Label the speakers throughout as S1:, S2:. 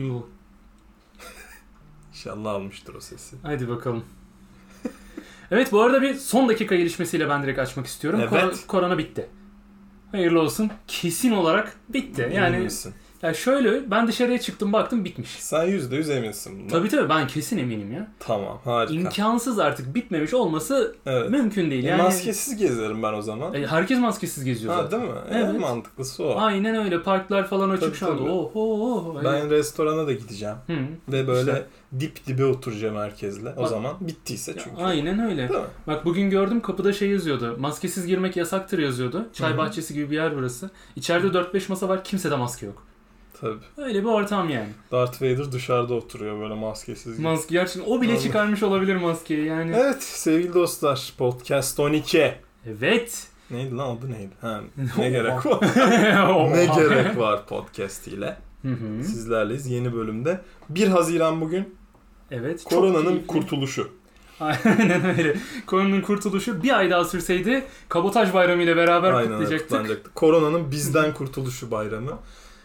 S1: Yuh.
S2: İnşallah almıştır o sesi.
S1: Haydi bakalım. Evet bu arada bir son dakika gelişmesiyle ben direkt açmak istiyorum.
S2: Evet.
S1: Kor- korona bitti. Hayırlı olsun. Kesin olarak bitti.
S2: Emin
S1: Yani
S2: misin?
S1: ya şöyle ben dışarıya çıktım baktım bitmiş.
S2: Sen yüzde yüz eminsin bundan.
S1: Tabii tabii ben kesin eminim ya.
S2: Tamam harika.
S1: İmkansız artık bitmemiş olması
S2: evet.
S1: mümkün değil.
S2: E,
S1: Yani
S2: Maskesiz gezerim ben o zaman.
S1: E, herkes maskesiz geziyor
S2: ha
S1: zaten.
S2: değil mi? En
S1: Evet.
S2: mantıklısı o.
S1: Aynen öyle. Parklar falan açık
S2: Tabii,
S1: şu anda.
S2: tabii.
S1: Oho. oho.
S2: Ben restorana da gideceğim.
S1: Hı.
S2: Ve böyle
S1: İşte.
S2: dip dibe oturacağım herkesle. O
S1: Bak-
S2: zaman bittiyse
S1: Ya,
S2: çünkü.
S1: Aynen öyle.
S2: Değil mi?
S1: Bak bugün gördüm kapıda şey yazıyordu. Maskesiz girmek yasaktır yazıyordu. Çay
S2: Hı hı.
S1: bahçesi gibi bir yer burası. İçeride 4-5 masa var. Kimse de maske yok.
S2: Tabii.
S1: Öyle bir ortam yani.
S2: Darth Vader dışarıda oturuyor böyle maskesiz. gibi.
S1: Maske gerçekten o bile
S2: Vallahi.
S1: çıkarmış olabilir maskeyi yani. Evet.
S2: Evet sevgili dostlar podcast 12. Neydi lan adı neydi? Ha, ne gerek var? ne gerek var podcast ile?
S1: Hı hı.
S2: Sizlerleyiz yeni bölümde. 1 Haziran bugün
S1: Evet. çok
S2: koronanın
S1: keyifli.
S2: kurtuluşu.
S1: Aynen öyle. Koronanın kurtuluşu bir ay daha sürseydi kabotaj bayramı ile beraber
S2: Aynen
S1: kutlayacaktık.
S2: kutlanacaktık. Koronanın bizden kurtuluşu bayramı.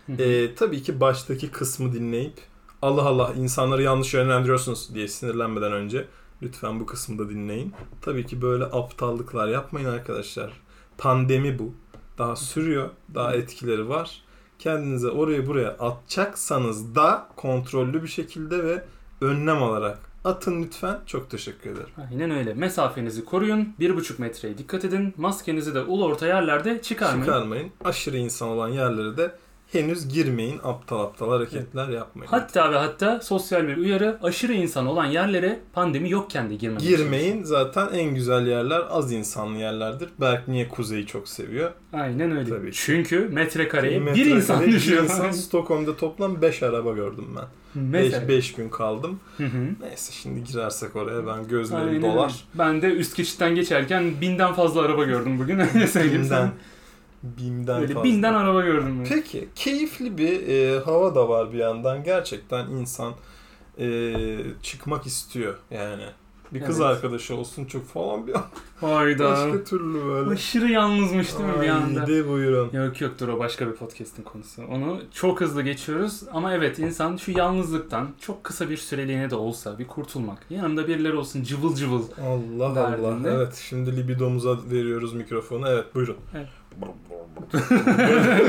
S1: Hı hı.
S2: Ee, tabii ki baştaki kısmı dinleyip Allah Allah insanları yanlış yönlendiriyorsunuz diye sinirlenmeden önce lütfen bu kısmı da dinleyin. Tabii ki böyle aptallıklar yapmayın arkadaşlar. Pandemi bu. Daha sürüyor. Daha etkileri var. Kendinize oraya buraya atacaksanız da kontrollü bir şekilde ve önlem alarak atın lütfen. Çok teşekkür ederim.
S1: Aynen öyle. Mesafenizi koruyun. 1,5 metreye dikkat edin. Maskenizi de ulu orta yerlerde çıkarmayın.
S2: Çıkarmayın. Aşırı insan olan yerlere de henüz girmeyin. Aptal aptal hareketler yapmayın.
S1: Hatta ve hatta sosyal bir uyarı aşırı insan olan yerlere pandemi yokken de girmeyin.
S2: Girmeyin zaten en güzel yerler az insanlı yerlerdir. Berk niye kuzeyi çok seviyor?
S1: Aynen öyle.
S2: Tabii ki.
S1: Çünkü metrekareye bir
S2: Metrekareye
S1: insan
S2: bir
S1: düşüyor.
S2: insan. Stockholm'da toplam 5 araba gördüm ben.
S1: Mesela.
S2: 5 gün kaldım.
S1: Hı hı.
S2: Neyse şimdi girersek oraya ben gözlerim
S1: Aynen öyle.
S2: dolar.
S1: Ben de üst geçitten geçerken binden fazla araba gördüm bugün. Öyle söyleyeyim sana.
S2: Bim'den. Bim'den
S1: Böyle
S2: fazla.
S1: binden araba gördüm. ben.
S2: Peki keyifli bir e, hava da var bir yandan. Gerçekten insan e, çıkmak istiyor yani. Bir kız
S1: Evet.
S2: arkadaşı olsun çok falan bir
S1: Hayda.
S2: başka türlü böyle.
S1: Aşırı yalnızmış değil mi bir
S2: Ay,
S1: anda?
S2: de buyurun.
S1: Yok yok dur o başka bir podcast'in konusu. Onu çok hızlı geçiyoruz ama evet insan şu yalnızlıktan çok kısa bir süreliğine de olsa bir kurtulmak. Yanımda birileri olsun cıvıl cıvıl.
S2: Allah
S1: derdinde.
S2: Allah. Evet şimdi libidomuza veriyoruz mikrofonu. Evet buyurun.
S1: Evet.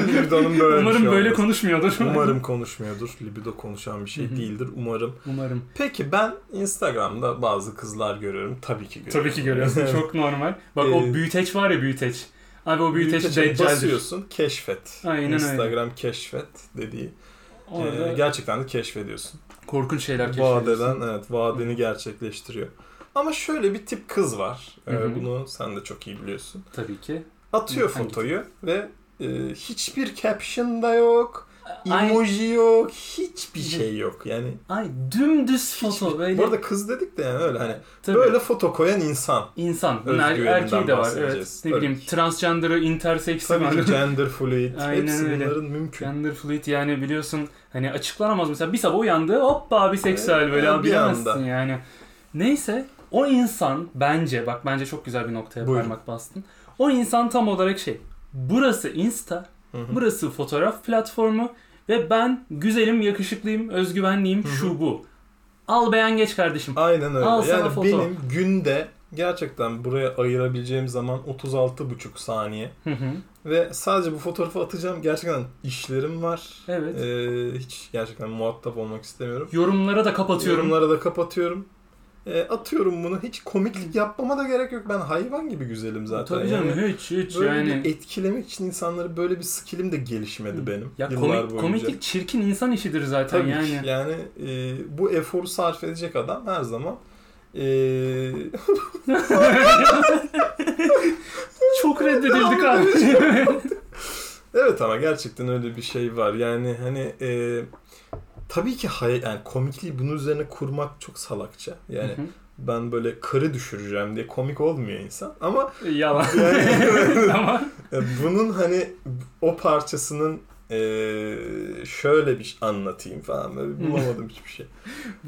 S2: Libidonun böyle bir
S1: Umarım
S2: şey
S1: böyle
S2: olması.
S1: konuşmuyordur.
S2: Umarım konuşmuyordur. Libido konuşan bir
S1: Hı
S2: şey
S1: hı.
S2: değildir umarım.
S1: Umarım.
S2: Peki ben Instagram'da bazı kızlar görüyorum. Tabii ki görüyorum.
S1: Tabii ki görüyorsun.
S2: Evet.
S1: Çok normal. Bak o
S2: Ee,
S1: büyüteç var ya büyüteç. Abi o büyüteç,
S2: Büyüteçe
S1: deccaldir.
S2: basıyorsun keşfet.
S1: Aynen öyle.
S2: Instagram keşfet dediği. Ee,
S1: Orada
S2: gerçekten de keşfediyorsun.
S1: korkunç şeyler keşfediyorsun.
S2: Vadeden evet vaadini gerçekleştiriyor. Ama şöyle bir tip kız var. Ee,
S1: Hı hı.
S2: bunu sen de çok iyi biliyorsun.
S1: Tabii ki.
S2: Atıyor
S1: Hangi
S2: fotoyu ve e, hiçbir caption da yok,
S1: Ay,
S2: emoji yok, hiçbir şey yok. Yani
S1: ay dümdüz foto
S2: hiçbir- şey
S1: böyle.
S2: Bu arada kız dedik de yani öyle hani
S1: Tabii.
S2: böyle foto koyan insan.
S1: İnsan. Bunun er-
S2: Özgüveninden
S1: erkeği de var. Evet.
S2: bahsedeceğiz.
S1: Ne
S2: Tabii
S1: bileyim
S2: ki.
S1: transgender'ı, interseks'i
S2: Tabii
S1: var.
S2: ki gender fluid.
S1: Aynen
S2: Hepsi
S1: öyle.
S2: bunların mümkün.
S1: Gender fluid yani biliyorsun hani açıklanamaz mesela bir sabah uyandı hoppa biseksüel böyle
S2: Ee,
S1: abi
S2: bir
S1: bilemezsin
S2: anda.
S1: yani. Neyse o insan bence bak bence çok güzel bir noktaya
S2: Buyurun.
S1: parmak bastın. O insan tam olarak şey burası insta
S2: Hı hı.
S1: burası fotoğraf platformu ve ben güzelim yakışıklıyım özgüvenliyim
S2: Hı hı.
S1: şu bu. Al beğen geç kardeşim.
S2: Aynen öyle.
S1: Al sana
S2: yani
S1: foto.
S2: benim günde gerçekten buraya ayırabileceğim zaman 36,5 saniye.
S1: Hı hı.
S2: Ve sadece bu fotoğrafı atacağım. Gerçekten işlerim var.
S1: evet.
S2: Ee, hiç gerçekten muhatap olmak istemiyorum.
S1: Yorumlara da kapatıyorum.
S2: Yorumlara da kapatıyorum. E, atıyorum bunu. Hiç komiklik yapmama da gerek yok. Ben hayvan gibi güzelim zaten.
S1: Tabii canım
S2: Yani
S1: hiç hiç
S2: böyle
S1: yani.
S2: bir etkilemek için insanları böyle bir skillim de gelişmedi benim.
S1: Ya
S2: yıllar
S1: komik,
S2: boyunca.
S1: komiklik çirkin insan işidir zaten
S2: Tabii
S1: yani.
S2: yani. yani e, bu eforu sarf edecek adam her zaman e,
S1: Çok reddedildik abi.
S2: evet ama gerçekten öyle bir şey var. Yani hani e, tabii ki hay- yani komikliği bunun üzerine kurmak çok salakça. Yani ben böyle karı düşüreceğim diye komik olmuyor insan. Ama
S1: Yalan.
S2: Yani-
S1: Ama
S2: E, Bunun hani o parçasının Ee, şöyle bir şey anlatayım falan. Böyle bulamadım hiçbir şey.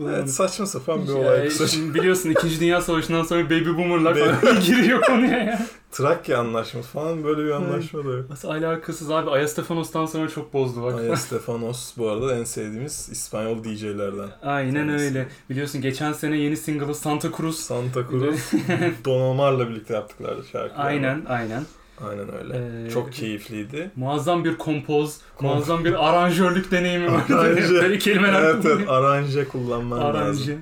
S2: Evet, saçma sapan bir olay
S1: Ya,
S2: kısaca.
S1: Şey, şimdi biliyorsun 2. Dünya Savaşı'ndan sonra Baby Boomer'lar
S2: Baby-
S1: falan giriyor konuya ya.
S2: Trakya anlaşması falan böyle bir anlaşma da yok.
S1: Nasıl alakasız abi Aya Stefanos'tan sonra çok bozdu bak.
S2: Aya Stefanos bu arada en sevdiğimiz İspanyol DJ'lerden.
S1: Aynen
S2: Tanesi.
S1: öyle. Biliyorsun geçen sene yeni single'ı Santa Cruz.
S2: Santa Cruz, Don Omar'la birlikte yaptıkları şarkılar.
S1: Aynen aynen.
S2: Aynen öyle.
S1: Ee,
S2: Çok keyifliydi.
S1: Muazzam bir kompoz,
S2: Kom-
S1: muazzam bir aranjörlük deneyimi var.
S2: Aranje.
S1: Böyle kelimeler
S2: Evet, evet
S1: kullanıyor.
S2: aranje kullanman lazım.
S1: Aranje.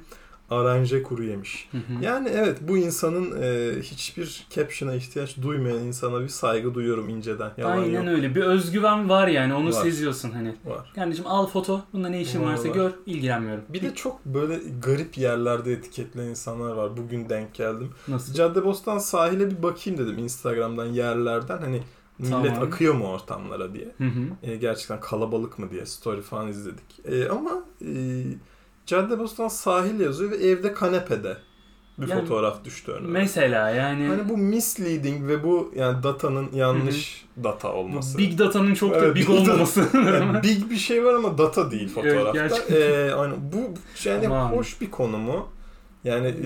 S2: Aranje kuru yemiş.
S1: Hı hı.
S2: Yani evet bu insanın e, hiçbir caption'a ihtiyaç duymayan insana bir saygı duyuyorum inceden. Yalan
S1: Aynen
S2: yok.
S1: öyle. Bir özgüven var yani. Onu
S2: Var.
S1: seziyorsun hani.
S2: Var.
S1: Kardeşim al foto. Bunda ne işin
S2: Var,
S1: varsa
S2: var.
S1: gör. ilgilenmiyorum.
S2: Bir de çok böyle garip yerlerde etiketleyen insanlar var. Bugün denk geldim.
S1: nasıl?
S2: Caddebostan sahile bir bakayım dedim Instagram'dan yerlerden. Hani millet
S1: Tamam.
S2: akıyor mu ortamlara diye.
S1: Hı hı.
S2: E, gerçekten kalabalık mı diye story falan izledik. E, ama e, Caddebostan sahil yazıyor ve evde kanepede bir
S1: Yani
S2: fotoğraf düştü önüme.
S1: Mesela yani
S2: Hani bu misleading ve bu yani datanın yanlış data olması.
S1: Big Data'nın çok da
S2: Evet, big
S1: big
S2: data.
S1: olmaması.
S2: Yani big bir şey var ama data değil fotoğrafta.
S1: Evet, gerçekten.
S2: E, hani bu yani
S1: Aman.
S2: hoş bir konu mu? Yani e,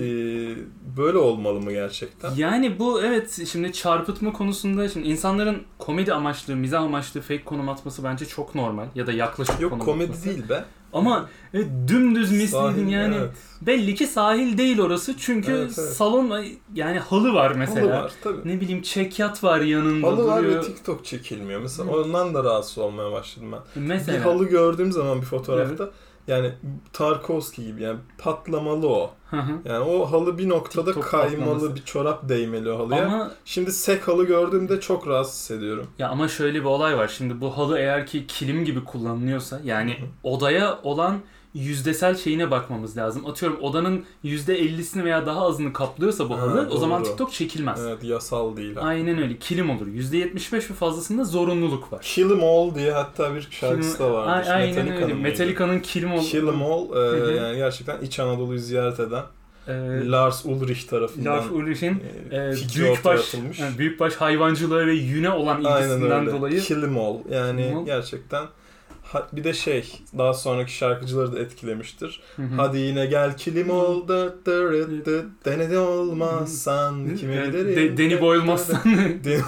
S2: böyle olmalı mı gerçekten?
S1: Yani bu evet şimdi çarpıtma konusunda şimdi insanların komedi amaçlı, mizah amaçlı fake konum atması bence çok normal ya da yaklaşık
S2: Yok
S1: konum
S2: komedi
S1: atması.
S2: değil be.
S1: Ama evet, dümdüz misleading
S2: Sahil,
S1: yani.
S2: evet.
S1: Belli ki sahil değil orası çünkü
S2: Evet, evet.
S1: salon yani halı var mesela.
S2: Halı var tabii.
S1: Ne bileyim çekyat var yanında
S2: Halı var ve
S1: duruyor.
S2: TikTok çekilmiyor. Mesela
S1: Hı.
S2: ondan da rahatsız olmaya başladım ben.
S1: Mesela.
S2: Bir halı gördüğüm zaman bir fotoğrafta yani Tarkovski gibi yani patlamalı o.
S1: Hı hı.
S2: Yani o halı bir noktada
S1: TikTok
S2: kaymalı,
S1: patlaması.
S2: bir çorap değmeli o halıya.
S1: Ama
S2: Şimdi sek halı gördüğümde çok rahatsız hissediyorum.
S1: ya ama şöyle bir olay var. Şimdi bu halı eğer ki kilim gibi kullanılıyorsa yani
S2: Hı hı.
S1: odaya olan yüzdesel şeyine bakmamız lazım. Atıyorum odanın %50'sini veya daha azını kaplıyorsa bu
S2: Ha,
S1: halı o zaman
S2: doğru.
S1: TikTok çekilmez.
S2: Evet yasal değil. ha.
S1: Aynen öyle. Kilim olur. %75 ve fazlasında zorunluluk var.
S2: Kill 'em all diye hatta bir şarkısı da
S1: A-
S2: vardı.
S1: Aynen öyle. Metallica'nın kilim olur.
S2: Kill 'em all e,
S1: Hı hı.
S2: yani gerçekten İç Anadolu'yu ziyaret eden
S1: Ee,
S2: Lars Ulrich tarafından
S1: Lars Ulrich'in
S2: e,
S1: e,
S2: fikri ortaya
S1: büyükbaş,
S2: atılmış.
S1: yani büyükbaş hayvancılığı ve yüne olan
S2: Aynen
S1: ilgisinden
S2: öyle.
S1: dolayı
S2: Kill 'em all. Yani
S1: Kill 'em all.
S2: gerçekten Ha- bir de şey daha sonraki şarkıcıları da etkilemiştir.
S1: Hı hı.
S2: Hadi yine gel kilim ol dırt dırt dırt. denedi olmazsan kime
S1: Evet,
S2: giderim?
S1: de- Danny Boyle Mustang.
S2: De-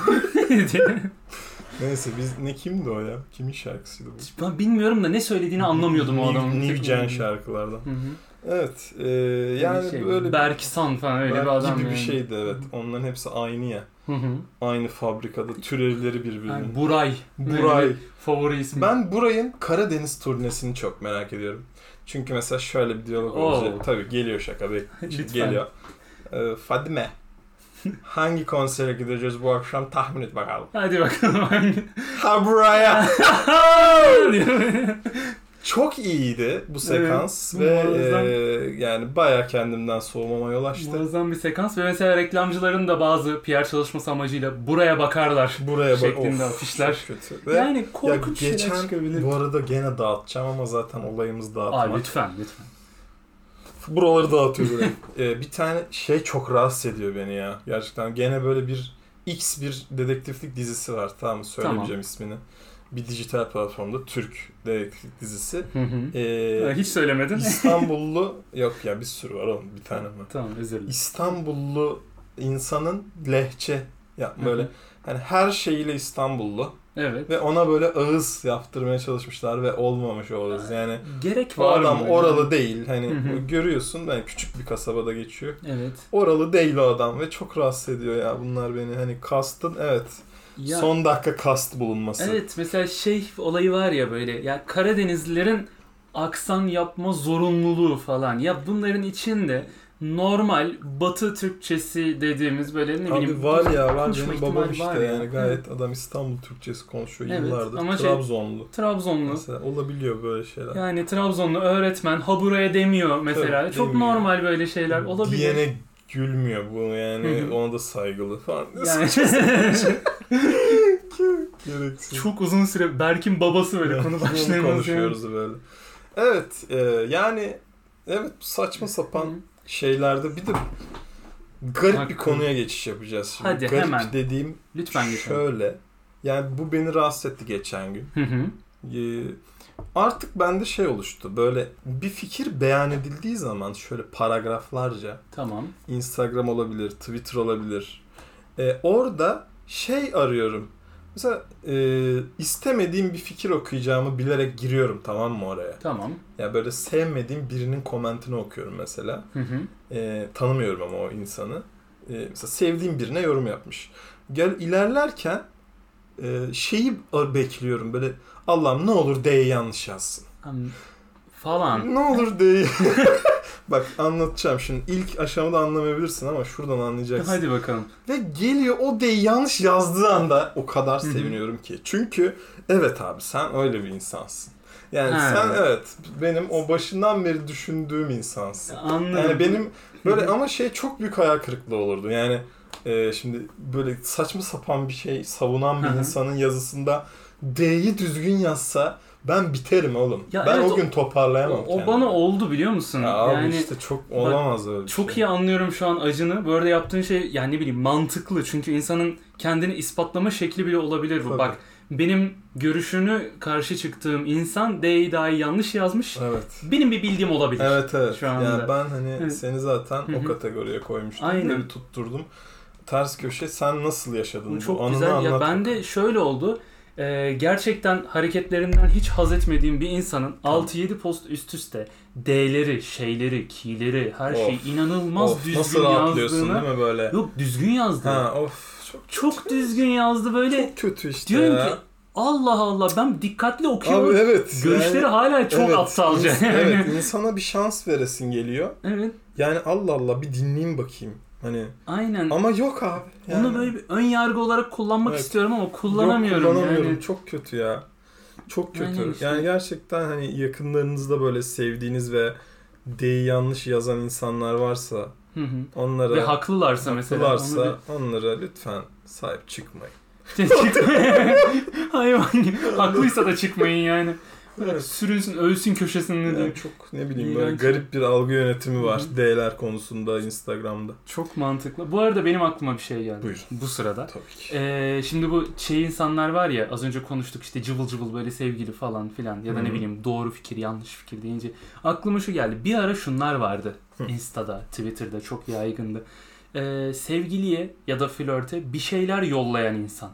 S2: Neyse biz ne kimdi o ya? Kimin şarkısıydı bu?
S1: ben bilmiyorum da ne söylediğini anlamıyordum o
S2: New-
S1: adamın.
S2: New Gen şarkılardan.
S1: Hı hı.
S2: Evet. e, yani
S1: şey,
S2: böyle bir-
S1: Berk San falan öyle
S2: Berk
S1: bir adam
S2: gibi
S1: yani.
S2: bir şey. şeydi evet. Onların hepsi aynı ya.
S1: Hı hı.
S2: Aynı fabrikada türevleri birbirinin.
S1: Yani Buray.
S2: Buray.
S1: Benim Favori ismi.
S2: Ben Buray'ın Karadeniz turnesini çok merak ediyorum. Çünkü mesela şöyle bir diyalog
S1: Oo.
S2: olacak. Tabii geliyor şaka bek
S1: Lütfen.
S2: geliyor. Ee, Fadime hangi konsere gideceğiz bu akşam tahmin et bakalım.
S1: Hadi bakalım hangi.
S2: Ha buraya.
S1: Diyor.
S2: çok iyiydi bu sekans
S1: Evet,
S2: ve
S1: muazzam.
S2: e, yani baya kendimden soğumama yol açtı.
S1: Muazzam bir sekans ve mesela reklamcıların da bazı PR çalışması amacıyla buraya bakarlar.
S2: Buraya bak.
S1: Şeklinde
S2: Of,
S1: afişler.
S2: çok kötü. Ve
S1: Yani
S2: ya
S1: korkunç şeyler
S2: geçen
S1: çıkabilir.
S2: bu arada gene dağıtacağım ama zaten olayımız dağıtmak.
S1: Aa lütfen lütfen.
S2: Buraları dağıtıyor böyle. Ee, bir tane şey çok rahatsız ediyor beni ya. Gerçekten gene böyle bir X bir dedektiflik dizisi var. Tamam mı? söylemeyeceğim
S1: Tamam.
S2: ismini. Bir dijital platformda Türk dedektiflik dizisi.
S1: Hı hı.
S2: Ee,
S1: Hiç söylemedin.
S2: İstanbullu yok ya bir sürü var oğlum bir tane mi?
S1: tamam özür dilerim.
S2: İstanbullu insanın lehçe ya
S1: Hı
S2: böyle
S1: hı.
S2: hani her şeyiyle İstanbullu
S1: Evet.
S2: ve ona böyle ağız yaptırmaya çalışmışlar ve olmamış o ağız. Yani
S1: Gerek
S2: bu
S1: var mı?
S2: adam
S1: böyle?
S2: oralı değil. Hani
S1: Hı hı.
S2: görüyorsun ben küçük bir kasabada geçiyor.
S1: Evet.
S2: Oralı değil o adam ve çok rahatsız ediyor ya bunlar beni. Hani kastın evet.
S1: Ya-
S2: Son dakika kast bulunması.
S1: Evet mesela şey olayı var ya böyle ya Karadenizlilerin aksan yapma zorunluluğu falan ya bunların içinde normal Batı Türkçesi dediğimiz böyle ne
S2: Abi
S1: bileyim
S2: var ya var
S1: konuşma
S2: benim
S1: ihtimali
S2: babam işte
S1: var
S2: yani,
S1: ya.
S2: gayet adam İstanbul Türkçesi konuşuyor
S1: Evet,
S2: yıllardır.
S1: ama şey-
S2: Trabzonlu.
S1: Trabzonlu
S2: Mesela olabiliyor böyle şeyler.
S1: yani Trabzonlu öğretmen ha buraya demiyor mesela
S2: Tabii,
S1: çok
S2: demiyor.
S1: normal böyle şeyler olabilir.
S2: Diyene gülmüyor bu
S1: Hı
S2: yani
S1: hı.
S2: ona da saygılı falan.
S1: Yani
S2: Gereksiz.
S1: çok uzun süre Berk'in babası böyle konu
S2: Bunu
S1: başlığımız yani.
S2: konuşuyoruz böyle. Evet e, yani evet saçma sapan şeylerde bir de garip
S1: Hakkı.
S2: bir konuya geçiş yapacağız şimdi.
S1: Hadi,
S2: garip
S1: hemen.
S2: dediğim
S1: Lütfen geçelim.
S2: şöyle. Yani bu beni rahatsız etti geçen gün.
S1: Hı hı.
S2: Ee, artık bende şey oluştu. Böyle bir fikir beyan edildiği zaman şöyle paragraflarca
S1: Tamam.
S2: Instagram olabilir, Twitter olabilir. Ee, orada şey arıyorum. Mesela e, istemediğim bir fikir okuyacağımı bilerek giriyorum tamam mı oraya?
S1: Tamam.
S2: Ya böyle sevmediğim birinin komentini okuyorum mesela.
S1: Hı hı.
S2: E, tanımıyorum ama o insanı. E, mesela sevdiğim birine yorum yapmış. Gel ilerlerken e, şeyi ar- bekliyorum böyle Allah'ım ne olur D'yi yanlış yazsın.
S1: Am- Falan.
S2: Ne olur D'yi. Bak anlatacağım şimdi. ilk aşamada anlamayabilirsin ama şuradan anlayacaksın.
S1: Hadi bakalım.
S2: Ve geliyor o D'yi yanlış yazdığı anda o kadar
S1: Hı hı.
S2: seviniyorum ki. Çünkü evet abi sen öyle bir insansın. Yani
S1: Ha.
S2: sen evet benim o başından beri düşündüğüm insansın.
S1: Anladım.
S2: Yani benim böyle ama şey çok büyük hayal kırıklığı olurdu. Yani e, şimdi böyle saçma sapan bir şey savunan bir
S1: Hı hı.
S2: insanın yazısında D'yi düzgün yazsa ben biterim oğlum.
S1: Ya
S2: ben
S1: evet,
S2: o gün toparlayamam
S1: o,
S2: kendimi.
S1: o bana oldu biliyor musun?
S2: Ya abi
S1: yani
S2: işte çok olamaz öyle bir
S1: çok
S2: şey.
S1: iyi anlıyorum şu an acını. Bu arada yaptığın şey yani ne bileyim mantıklı. Çünkü insanın kendini ispatlama şekli bile olabilir bu.
S2: Tabii.
S1: Bak benim görüşünü karşı çıktığım insan D'yi daha iyi yanlış yazmış.
S2: Evet.
S1: Benim bir bildiğim olabilir.
S2: Evet evet.
S1: Şu
S2: Yani
S1: anda.
S2: ben hani
S1: Evet.
S2: seni zaten
S1: Hı
S2: o
S1: hı.
S2: kategoriye koymuştum.
S1: Aynen.
S2: Böyle tutturdum. Ters köşe sen nasıl yaşadın
S1: Bu
S2: bu
S1: çok
S2: anını
S1: güzel. Ya
S2: anlat.
S1: ben de şöyle oldu. Ee, gerçekten hareketlerinden hiç haz etmediğim bir insanın 6-7 post üst üste D'leri, şeyleri, ki'leri her şey
S2: Of,
S1: inanılmaz
S2: Of,
S1: düzgün
S2: nasıl rahatlıyorsun
S1: yazdığını.
S2: değil mi böyle?
S1: Yok düzgün yazdı.
S2: Ha of çok
S1: Çok düzgün yazdı böyle.
S2: çok kötü işte.
S1: Diyorum
S2: ya.
S1: ki Allah Allah ben dikkatli okuyorum.
S2: Abi evet.
S1: Görüşleri
S2: yani-
S1: hala çok
S2: Evet,
S1: aptalca.
S2: ins- evet insana bir şans veresin geliyor.
S1: Evet,
S2: Yani Allah Allah bir dinleyeyim bakayım. Hani
S1: Aynen.
S2: ama yok abi. Yani,
S1: Onu böyle bir ön yargı olarak kullanmak
S2: Evet.
S1: istiyorum ama
S2: Yok,
S1: kullanamıyorum,
S2: kullanamıyorum.
S1: yani.
S2: Çok kötü ya. Çok kötü.
S1: Aynen işte.
S2: Yani gerçekten hani yakınlarınızda böyle sevdiğiniz ve D'yi yanlış yazan insanlar varsa
S1: Hı hı.
S2: onlara
S1: Ve haklılarsa mesela. onu
S2: haklılarsa
S1: bir-
S2: onlara lütfen sahip çıkmayın.
S1: Çıkmayın. Hayvan gibi. Haklıysa da çıkmayın yani. Bırak
S2: Evet.
S1: sürünsün, ölsün köşesinde
S2: Yani
S1: de.
S2: çok ne bileyim böyle
S1: İğrenç.
S2: garip bir algı yönetimi var
S1: Hı
S2: D'ler konusunda Instagram'da.
S1: Çok mantıklı. Bu arada benim aklıma bir şey geldi.
S2: Buyur.
S1: Bu sırada.
S2: Tabii ki.
S1: Ee, şimdi bu şey insanlar var ya az önce konuştuk işte cıvıl cıvıl böyle sevgili falan filan ya da
S2: Hı
S1: ne
S2: hı.
S1: bileyim doğru fikir yanlış fikir deyince aklıma şu geldi. Bir ara şunlar vardı.
S2: Hı.
S1: Insta'da, Twitter'da çok yaygındı. Ee, sevgiliye ya da flörte bir şeyler yollayan insan.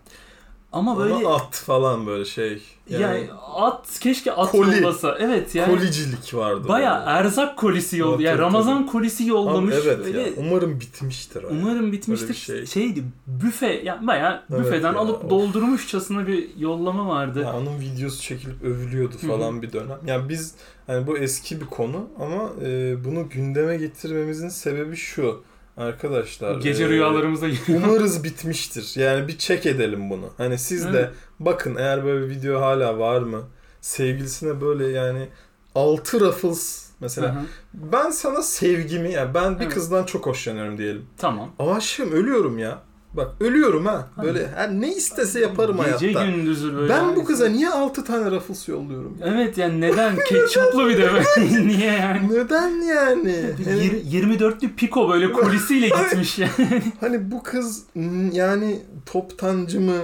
S1: Ama böyle
S2: Ama at falan böyle şey.
S1: yani, at keşke at
S2: Koli.
S1: yollasa. Evet yani.
S2: kolicilik vardı.
S1: Baya
S2: böyle.
S1: erzak kolisi yolladı.
S2: Tabii,
S1: Yani
S2: tabii,
S1: Ramazan kolisi
S2: Abi
S1: yollamış.
S2: Evet
S1: Böyle
S2: ya. Umarım bitmiştir. o ya.
S1: Umarım bitmiştir.
S2: Öyle bir şey.
S1: Şeydi büfe yani baya
S2: Evet
S1: büfeden
S2: ya,
S1: alıp
S2: of.
S1: doldurmuşçasına bir yollama vardı.
S2: Ya onun videosu çekilip övülüyordu
S1: Hı hı.
S2: falan bir dönem. Yani biz hani bu eski bir konu ama e, bunu gündeme getirmemizin sebebi şu arkadaşlar.
S1: Gece
S2: e,
S1: rüyalarımıza
S2: Umarız bitmiştir. Yani bir çek edelim bunu. Hani siz de
S1: Evet.
S2: bakın eğer böyle bir video hala var mı? Sevgilisine böyle yani altı ruffles mesela.
S1: Aha,
S2: Ben sana sevgimi ya ben bir
S1: Evet.
S2: kızdan çok hoşlanıyorum diyelim.
S1: Tamam.
S2: Aşığım ölüyorum ya. Bak ölüyorum ha.
S1: Hadi.
S2: Böyle her ne istese yaparım
S1: Gece
S2: hayatta.
S1: gündüzü böyle.
S2: Ben bu
S1: yani.
S2: kıza niye 6 tane Ruffles yolluyorum? ya?
S1: Evet yani neden? Ketçaplı bir de böyle. Niye yani?
S2: Neden yani? Hani,
S1: Yir- 24'lü Piko böyle kolisiyle gitmiş yani.
S2: hani bu kız mm, yani toptancı mı?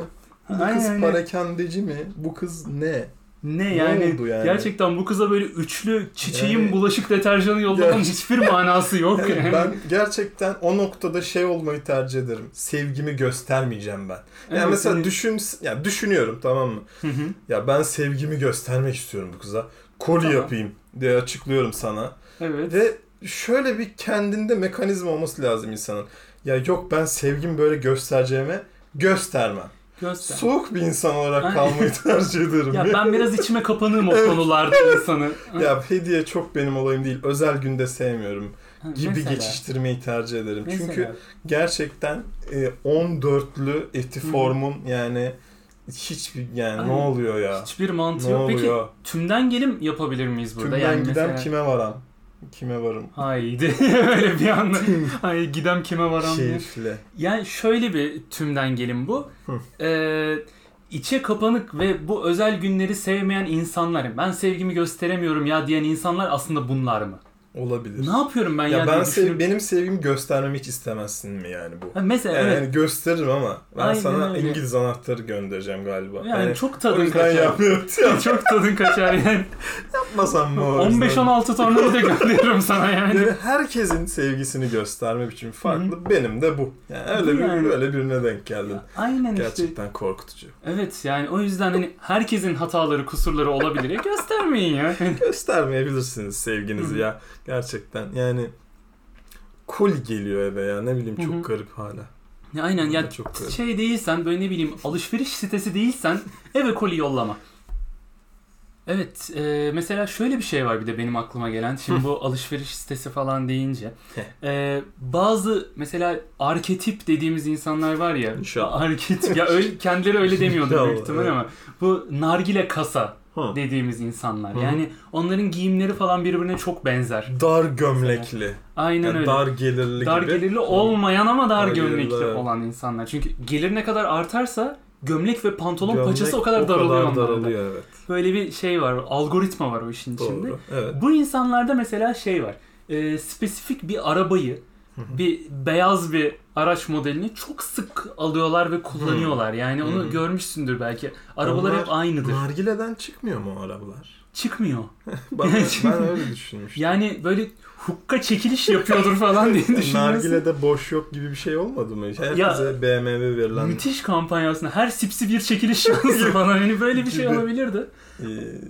S2: Bu kız
S1: Aynen.
S2: parakendeci mi? Bu kız ne?
S1: Ne
S2: Ne
S1: yani?
S2: oldu yani?
S1: Gerçekten bu kıza böyle üçlü çiçeğin
S2: Yani-
S1: bulaşık deterjanı yollamanın
S2: Gerçi-
S1: hiçbir manası yok
S2: Yani
S1: yani.
S2: ben gerçekten o noktada şey olmayı tercih ederim. Sevgimi göstermeyeceğim ben. Yani
S1: Evet,
S2: mesela
S1: hani-
S2: düşün, ya düşünüyorum tamam mı?
S1: Hı hı.
S2: Ya ben sevgimi göstermek istiyorum bu kıza. Koli
S1: Tamam.
S2: yapayım diye açıklıyorum sana.
S1: Evet.
S2: Ve şöyle bir kendinde mekanizma olması lazım insanın. Ya yok ben sevgimi böyle göstereceğime göstermem.
S1: Göster.
S2: Soğuk bir insan olarak
S1: Aynen.
S2: kalmayı tercih ederim.
S1: Ya ben biraz içime kapanığım o
S2: Evet.
S1: konularda insanı.
S2: Ya hediye çok benim olayım değil. Özel günde sevmiyorum
S1: Ha,
S2: gibi
S1: mesela.
S2: geçiştirmeyi tercih ederim.
S1: Mesela.
S2: Çünkü gerçekten e, 14'lü eti
S1: Hı.
S2: formum yani hiçbir yani ne
S1: Aynen.
S2: oluyor ya?
S1: hiçbir
S2: Ne
S1: mantığı yok. Peki
S2: oluyor?
S1: tümden gelim yapabilir miyiz burada?
S2: Tümden
S1: yani
S2: giden
S1: mesela...
S2: kime varan? Kime varım?
S1: Haydi öyle bir anda. Ay gidem kime varam
S2: Şey.
S1: diye.
S2: Keyifle.
S1: Yani şöyle bir tümden gelin bu.
S2: Hı.
S1: Ee, içe kapanık ve bu özel günleri sevmeyen insanlar. Ben sevgimi gösteremiyorum ya diyen insanlar aslında bunlar mı?
S2: Olabilir.
S1: Ne yapıyorum ben ya?
S2: ya
S1: yani
S2: ben
S1: diye
S2: sev,
S1: düşünüyorum.
S2: benim sevgimi göstermemi hiç istemezsin mi yani bu?
S1: Ha, mesela
S2: Yani, hani
S1: evet.
S2: gösteririm ama ben
S1: Aynen
S2: sana
S1: öyle.
S2: İngiliz anahtarı göndereceğim galiba. Hani
S1: Yani, çok tadın
S2: Oyundan
S1: kaçar.
S2: yapmıyorum.
S1: çok tadın kaçar yani.
S2: Yapmasam mı o yüzden?
S1: 15-16 tornavida da gönderiyorum sana yani.
S2: Yani herkesin sevgisini gösterme biçimi farklı. Benim de bu. Yani öyle bir
S1: Yani.
S2: öyle birine denk geldin.
S1: Aynen işte.
S2: Gerçekten korkutucu.
S1: Evet yani o yüzden hani herkesin hataları kusurları olabilir. Ya göstermeyin ya.
S2: Göstermeyebilirsiniz sevginizi
S1: Hı.
S2: ya. Gerçekten yani cool geliyor eve ya. Ne bileyim çok
S1: Hı hı.
S2: garip hala.
S1: Ya aynen ya
S2: çok garip.
S1: şey değilsen böyle ne bileyim alışveriş sitesi değilsen eve koli yollama. Evet e, mesela şöyle bir şey var bir de benim aklıma gelen. Şimdi bu alışveriş sitesi falan deyince. E, bazı mesela arketip dediğimiz insanlar var ya.
S2: İnşallah.
S1: Arketip ya öyle, kendileri öyle demiyordu büyük
S2: İnşallah,
S1: ihtimal
S2: evet.
S1: ama. Bu nargile kasa
S2: Hı.
S1: dediğimiz insanlar.
S2: Hı hı.
S1: Yani onların giyimleri falan birbirine çok benzer.
S2: Dar gömlekli.
S1: Aynen
S2: Yani
S1: öyle.
S2: dar gelirli
S1: Dar
S2: gibi.
S1: gelirli olmayan ama dar,
S2: Dar gelirli,
S1: gömlekli
S2: evet.
S1: olan insanlar. Çünkü gelir ne kadar artarsa gömlek ve pantolon
S2: Gömlek
S1: paçası o kadar daralıyor. onlarda.
S2: daralıyor evet.
S1: Böyle bir şey var, algoritma var o işin içinde.
S2: Doğru. Evet.
S1: Bu insanlarda mesela şey var. E, spesifik bir arabayı,
S2: Hı hı.
S1: bir beyaz bir araç modelini çok sık alıyorlar ve kullanıyorlar. Yani onu
S2: Hı hı.
S1: görmüşsündür belki. Arabalar
S2: Onlar
S1: hep aynıdır.
S2: Nargileden çıkmıyor mu o arabalar?
S1: Çıkmıyor.
S2: Ben, ben öyle düşünmüştüm.
S1: Yani böyle hukka çekiliş yapıyordur falan diye düşünüyorsun.
S2: Nargile'de boş yok gibi bir şey olmadı mı? Herkese
S1: Ya-
S2: BMW verilen
S1: Müthiş kampanyasında her sipsi bir çekiliş şansı falan. Hani böyle bir şey
S2: Gibi.
S1: olabilirdi.
S2: Ee,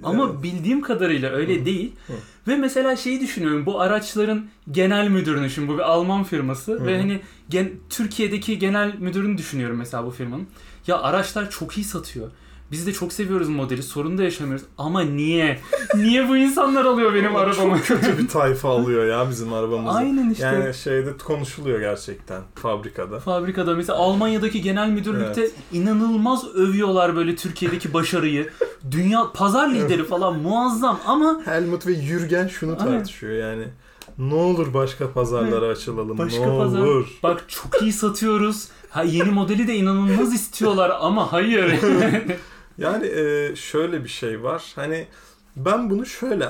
S1: Ama
S2: evet.
S1: bildiğim kadarıyla öyle
S2: Hı.
S1: değil.
S2: Hı.
S1: Ve mesela şeyi düşünüyorum. Bu araçların genel müdürünü şimdi bu bir Alman firması
S2: Hı
S1: ve
S2: hı.
S1: hani gen- Türkiye'deki genel müdürünü düşünüyorum mesela bu firmanın. Ya araçlar çok iyi satıyor. Biz de çok seviyoruz modeli. Sorun da yaşamıyoruz. Ama niye? niye bu insanlar alıyor benim
S2: Ama
S1: arabamı?
S2: Çok kötü bir tayfa alıyor ya bizim arabamızı.
S1: Aynen işte.
S2: Yani şeyde konuşuluyor gerçekten fabrikada.
S1: Fabrikada mesela Almanya'daki genel müdürlükte inanılmaz övüyorlar böyle Türkiye'deki başarıyı. Dünya pazar lideri falan muazzam ama
S2: Helmut ve Jürgen şunu
S1: Aynen.
S2: tartışıyor yani. Ne olur başka pazarlara açılalım.
S1: Başka
S2: ne
S1: pazar-
S2: olur.
S1: bak çok iyi satıyoruz. Ha, yeni modeli de inanılmaz istiyorlar ama hayır.
S2: Yani e, şöyle bir şey var. Hani ben bunu şöyle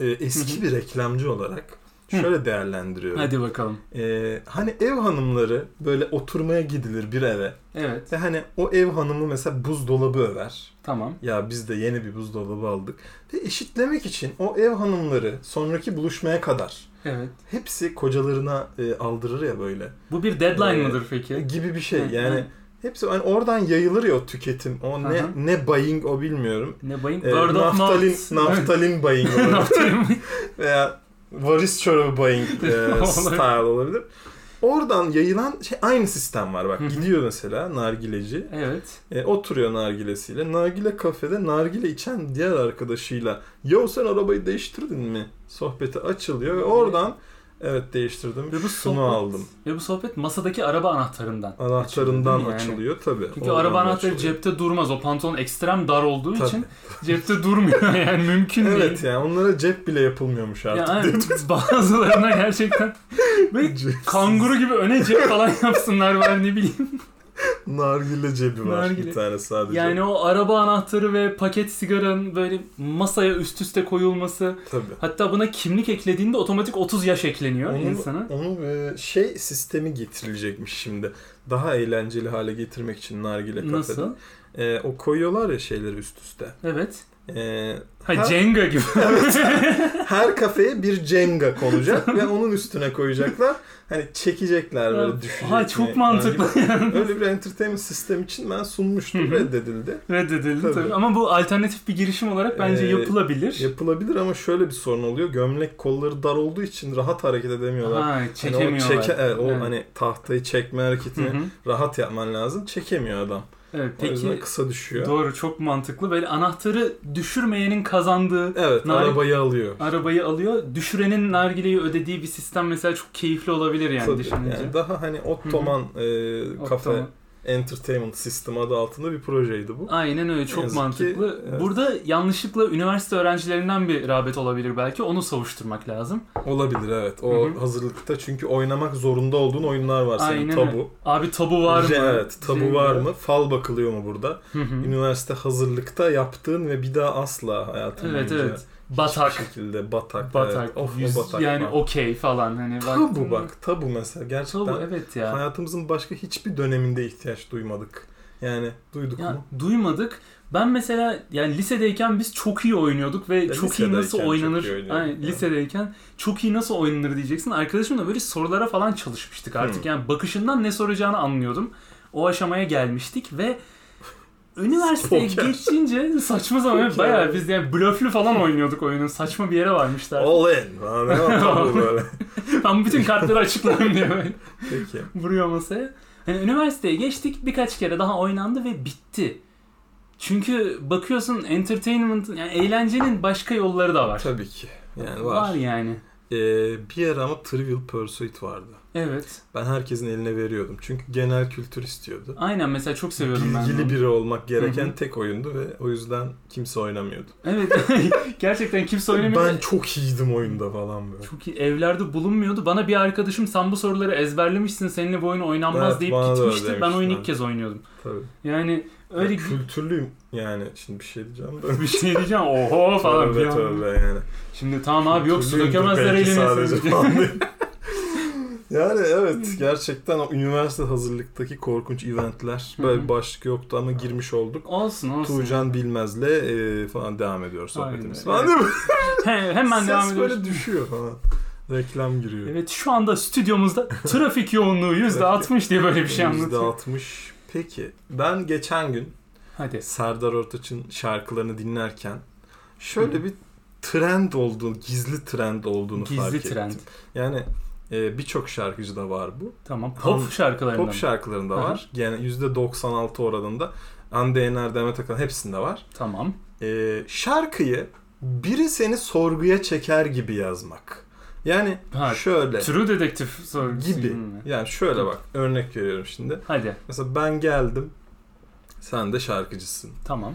S2: e, eski bir reklamcı olarak şöyle değerlendiriyorum.
S1: Hadi bakalım.
S2: E, hani ev hanımları böyle oturmaya gidilir bir eve.
S1: Evet
S2: Ve hani o ev hanımı mesela buzdolabı över.
S1: tamam.
S2: Ya biz de yeni bir buzdolabı aldık. Ve eşitlemek için o ev hanımları sonraki buluşmaya kadar
S1: Evet.
S2: hepsi kocalarına e, aldırır ya böyle
S1: Bu bir deadline
S2: Ee,
S1: mıdır peki?
S2: gibi bir şey.
S1: Hı,
S2: Yani
S1: hı.
S2: hepsi hani oradan yayılır ya o tüketim. O ne
S1: Aha.
S2: ne buying o bilmiyorum.
S1: Ne bayım?
S2: E,
S1: Word of
S2: naftalin
S1: mouth.
S2: naftalin buying olabilir.
S1: Naftalin.
S2: veya varis çorabı buying e,
S1: Olabilir.
S2: style olabilir. Oradan yayılan şey aynı sistem var bak.
S1: Hı hı.
S2: Gidiyor mesela nargileci.
S1: evet.
S2: E, oturuyor nargilesiyle. Nargile kafede nargile içen diğer arkadaşıyla ya sen arabayı değiştirdin mi? Sohbeti açılıyor ve oradan evet değiştirdim.
S1: Ve bu
S2: şunu
S1: sohbet-
S2: aldım.
S1: Ve bu sohbet masadaki araba anahtarından.
S2: Anahtarından
S1: Açıldı, değil mi yani?
S2: açılıyor tabii.
S1: Çünkü
S2: Oradan
S1: araba
S2: da
S1: anahtarı
S2: açılıyor.
S1: cepte durmaz. O pantolon ekstrem dar olduğu
S2: Tabii.
S1: için cepte durmuyor yani mümkün değil.
S2: Evet yani onlara cep bile yapılmıyormuş
S1: Ya
S2: artık.
S1: aynen. bazılarına gerçekten böyle
S2: Cep-
S1: kanguru gibi öne cep falan yapsınlar ben ne bileyim.
S2: nargile cebi var
S1: Nargile.
S2: bir tane sadece.
S1: Yani o araba anahtarı ve paket sigaranın böyle masaya üst üste koyulması.
S2: tabii.
S1: Hatta buna kimlik eklediğinde otomatik 30 yaş ekleniyor
S2: Onu,
S1: insana.
S2: onu e, şey sistemi getirilecekmiş şimdi. Daha eğlenceli hale getirmek için nargile kafede.
S1: Nasıl?
S2: E, o koyuyorlar ya şeyleri üst üste.
S1: Evet.
S2: E,
S1: Ha
S2: Ha.
S1: Jenga gibi.
S2: her kafeye bir Jenga konacak ve onun üstüne koyacaklar. Hani çekecekler böyle düşecek.
S1: Ha
S2: ne-
S1: çok mantıklı.
S2: Yani Öyle bir entertainment sistem için ben sunmuştum
S1: Hı hı.
S2: reddedildi.
S1: Reddedildi
S2: Tabii.
S1: tabii. Ama bu alternatif bir girişim olarak bence
S2: Ee,
S1: yapılabilir.
S2: Yapılabilir ama şöyle bir sorun oluyor. Gömlek kolları dar olduğu için rahat hareket edemiyorlar.
S1: ha,
S2: Hani o
S1: çekemiyorlar.
S2: çeke- evet, o
S1: Evet.
S2: hani tahtayı çekme hareketini
S1: Hı hı.
S2: rahat yapman lazım. Çekemiyor adam.
S1: Evet,
S2: O yüzden
S1: peki
S2: kısa düşüyor.
S1: doğru çok mantıklı. Böyle anahtarı düşürmeyenin kazandığı
S2: Evet,
S1: Narin-
S2: arabayı alıyor.
S1: arabayı alıyor. Düşürenin nargileyi ödediği bir sistem mesela çok keyifli olabilir yani
S2: Tabii,
S1: düşününce.
S2: yani daha hani Ottoman e, kafe
S1: Optima-
S2: entertainment sistemi adı altında bir projeydi bu.
S1: Aynen öyle çok
S2: yazık ki,
S1: mantıklı.
S2: evet.
S1: Burada yanlışlıkla üniversite öğrencilerinden bir rağbet olabilir belki. Onu savuşturmak lazım.
S2: Olabilir evet. O
S1: Hı hı.
S2: hazırlıkta çünkü oynamak zorunda olduğun oyunlar var senin.
S1: Aynen
S2: Tabu.
S1: Abi tabu var mı?
S2: Je- Evet, tabu
S1: Jenga.
S2: var mı? Fal bakılıyor mu burada?
S1: Hı hı.
S2: Üniversite hazırlıkta yaptığın ve bir daha asla hayatın
S1: Evet
S2: boyunca
S1: evet.
S2: Hiçbir
S1: Batak.
S2: şekilde batak.
S1: Batak.
S2: evet. Of,
S1: yüz-
S2: o batak.
S1: yani
S2: bak.
S1: okey falan. Hani
S2: tabu bak. Tabu mesela. Gerçekten
S1: Tabu evet ya.
S2: hayatımızın başka hiçbir döneminde ihtiyaç duymadık. Yani duyduk
S1: Ya,
S2: mu?
S1: duymadık. Ben mesela yani lisedeyken biz çok iyi oynuyorduk ve
S2: Ya,
S1: çok iyi nasıl
S2: lisedeyken
S1: oynanır?
S2: çok iyi oynuyorduk,
S1: Aynen,
S2: evet.
S1: lisedeyken çok iyi nasıl oynanır diyeceksin. Arkadaşımla böyle sorulara falan çalışmıştık artık.
S2: Hmm.
S1: Yani bakışından ne soracağını anlıyordum. O aşamaya gelmiştik ve üniversiteye
S2: Poker.
S1: geçince saçma zaman
S2: Poker.
S1: bayağı biz yani blöflü falan oynuyorduk oyunun. Saçma bir yere varmışlar.
S2: All in. Falan. Ne var tabu böyle?
S1: ben bütün kartları açıklarım diye böyle
S2: Peki.
S1: vuruyor masaya. Hani üniversiteye geçtik birkaç kere daha oynandı ve bitti. Çünkü bakıyorsun entertainment'ın yani eğlencenin başka yolları da var.
S2: Tabii ki. Yani
S1: var.
S2: var.
S1: yani.
S2: Ee, bir ara ama Trivial Pursuit vardı.
S1: Evet.
S2: Ben herkesin eline veriyordum. Çünkü genel kültür istiyordu.
S1: Aynen mesela çok seviyorum ben.
S2: Bilgili
S1: bunu.
S2: biri olmak gereken
S1: Hı hı.
S2: tek oyundu ve o yüzden kimse oynamıyordu.
S1: Evet. Gerçekten kimse oynamıyor.
S2: Ben çok iyiydim oyunda falan böyle.
S1: Çok iyi. Evlerde bulunmuyordu. Bana bir arkadaşım sen bu soruları ezberlemişsin seninle bu oyun oynanmaz
S2: Evet,
S1: deyip
S2: bana da öyle
S1: gitmişti. Ben oyunu
S2: demişler.
S1: ilk kez oynuyordum.
S2: Tabii.
S1: Yani
S2: Öyle
S1: öyle
S2: kültürlüyüm yani. Şimdi bir şey diyeceğim de.
S1: bir şey diyeceğim. Oho falan. bir
S2: Tövbe
S1: an.
S2: tövbe yani.
S1: Şimdi tamam abi yok su
S2: Kültürlüyümdür
S1: dökemezler
S2: belki
S1: eline.
S2: sadece falan diye. Yani evet gerçekten o üniversite hazırlıktaki korkunç eventler böyle
S1: Hı hı.
S2: bir başlık yoktu ama girmiş olduk.
S1: Olsun olsun.
S2: Tuğcan Bilmez'le e, falan devam ediyor sohbetimiz.
S1: Aynen,
S2: Falan değil mi?
S1: He, hemen
S2: Ses
S1: devam ediyoruz.
S2: böyle düşüyor falan. Reklam giriyor.
S1: Evet şu anda stüdyomuzda trafik yoğunluğu %60 diye böyle bir şey anlatıyor.
S2: %60. Peki ben geçen gün
S1: Hadi.
S2: Serdar Ortaç'ın şarkılarını dinlerken şöyle bir trend olduğunu, gizli trend olduğunu fark
S1: Gizli trend.
S2: ettim. Yani e, birçok şarkıcıda var bu.
S1: Tamam. Pop
S2: Tamam.
S1: şarkılarından.
S2: Pop şarkılarında
S1: Hı hı.
S2: var. Yani %96 oranında. Hande Yener, Demet Akalın hepsinde var.
S1: Tamam.
S2: E, şarkıyı biri seni sorguya çeker gibi yazmak. Yani
S1: Ha,
S2: şöyle
S1: True dedektif sorusu
S2: gibi.
S1: mi?
S2: Yani şöyle bak örnek veriyorum şimdi.
S1: Hadi.
S2: Mesela ben geldim. Sen de şarkıcısın.
S1: Tamam.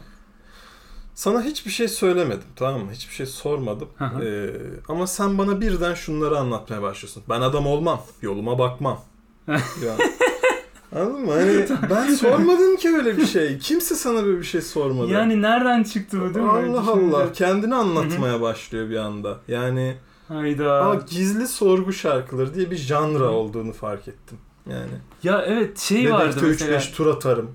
S2: Sana hiçbir şey söylemedim tamam mı? Hiçbir şey sormadım.
S1: Hı hı.
S2: Ee, ama sen bana birden şunları anlatmaya başlıyorsun. Ben adam olmam. Yoluma bakmam. yani, anladın mı? Hani ben sormadım ki öyle bir şey. Kimse sana böyle bir şey sormadı.
S1: Yani nereden çıktı bu değil mi? Böyle
S2: Allah
S1: düşününce.
S2: Allah. Kendini anlatmaya başlıyor bir anda. Yani
S1: Hayda.
S2: ama gizli sorgu şarkıları diye bir janra olduğunu fark ettim. Yani
S1: Ya evet şey vardı
S2: Dedekte 3-5
S1: mesela.
S2: tur atarım.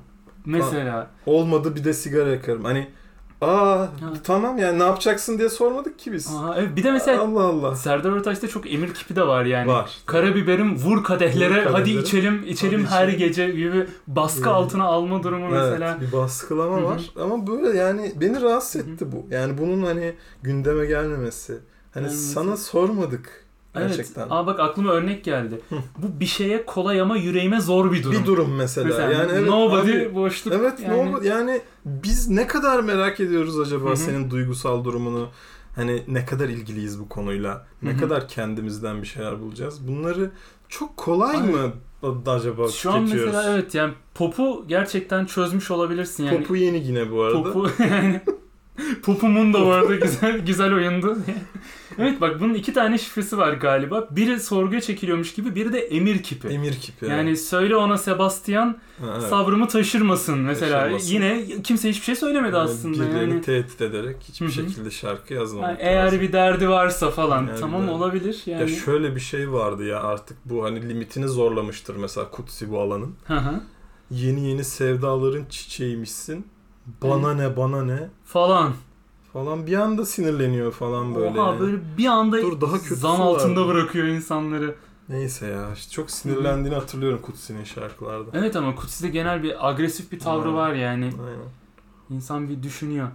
S1: Mesela.
S2: Olmadı bir de sigara yakarım. Hani aa tamam yani ne yapacaksın diye sormadık ki biz.
S1: Aha, evet. Bir de mesela
S2: Allah Allah.
S1: Serdar Ortaç'ta çok emir kipi de var yani.
S2: Var.
S1: Karabiberim vur kadehlere,
S2: Vur kadehlere.
S1: hadi içelim içelim
S2: Hadi
S1: her
S2: içelim.
S1: gece gibi baskı
S2: Yani.
S1: altına alma durumu mesela.
S2: Evet, bir baskılama
S1: Hı hı.
S2: var ama böyle yani beni rahatsız
S1: Hı hı.
S2: etti bu. Yani bunun hani gündeme gelmemesi. Hani
S1: Gelmemesi.
S2: sana sormadık gerçekten.
S1: Evet. Aa bak aklıma örnek geldi.
S2: Hı.
S1: Bu bir şeye kolay ama yüreğime zor bir durum.
S2: Bir durum mesela.
S1: Mesela
S2: yani evet,
S1: nobody
S2: abi-
S1: boşluk.
S2: Evet
S1: yani.
S2: yani... yani biz ne kadar merak ediyoruz acaba
S1: Hı hı.
S2: senin duygusal durumunu. Hani ne kadar ilgiliyiz bu konuyla. Ne
S1: Hı hı.
S2: kadar kendimizden bir şeyler bulacağız. Bunları çok kolay
S1: Aynen.
S2: mı acaba
S1: Şu an
S2: tüketiyoruz?
S1: mesela evet yani popu gerçekten çözmüş olabilirsin yani.
S2: Popu yeni yine bu arada.
S1: Popu yani. Popumun da bu arada güzel güzel oyundu. evet bak bunun iki tane şifresi var galiba. Biri sorguya çekiliyormuş gibi, biri de emir kipi.
S2: Emir kipi.
S1: yani söyle ona Sebastian
S2: Ha, evet.
S1: sabrımı taşırmasın mesela.
S2: Taşırmasın.
S1: Yine kimse hiçbir şey söylemedi
S2: Yani
S1: aslında
S2: Birilerini
S1: yani.
S2: tehdit ederek hiçbir
S1: Hı hı.
S2: şekilde şarkı yazmamak
S1: Yani eğer
S2: lazım.
S1: bir derdi varsa falan
S2: Eğer bir
S1: tamam
S2: derdi-
S1: olabilir yani.
S2: Ya şöyle bir şey vardı ya artık bu hani limitini zorlamıştır mesela Kutsi bu alanın.
S1: Hı hı.
S2: Yeni yeni sevdaların çiçeğiymişsin. Bana ne bana ne
S1: falan.
S2: falan bir anda sinirleniyor falan böyle.
S1: Oha
S2: yani.
S1: böyle bir anda
S2: Dur, daha kötüsü
S1: zan altında
S2: var.
S1: bırakıyor insanları.
S2: Neyse ya işte çok sinirlendiğini hatırlıyorum Kutsi'nin şarkılarda.
S1: Evet ama Kutsi'de genel bir agresif bir tavrı
S2: Aynen.
S1: var yani.
S2: Aynen.
S1: İnsan bir düşünüyor.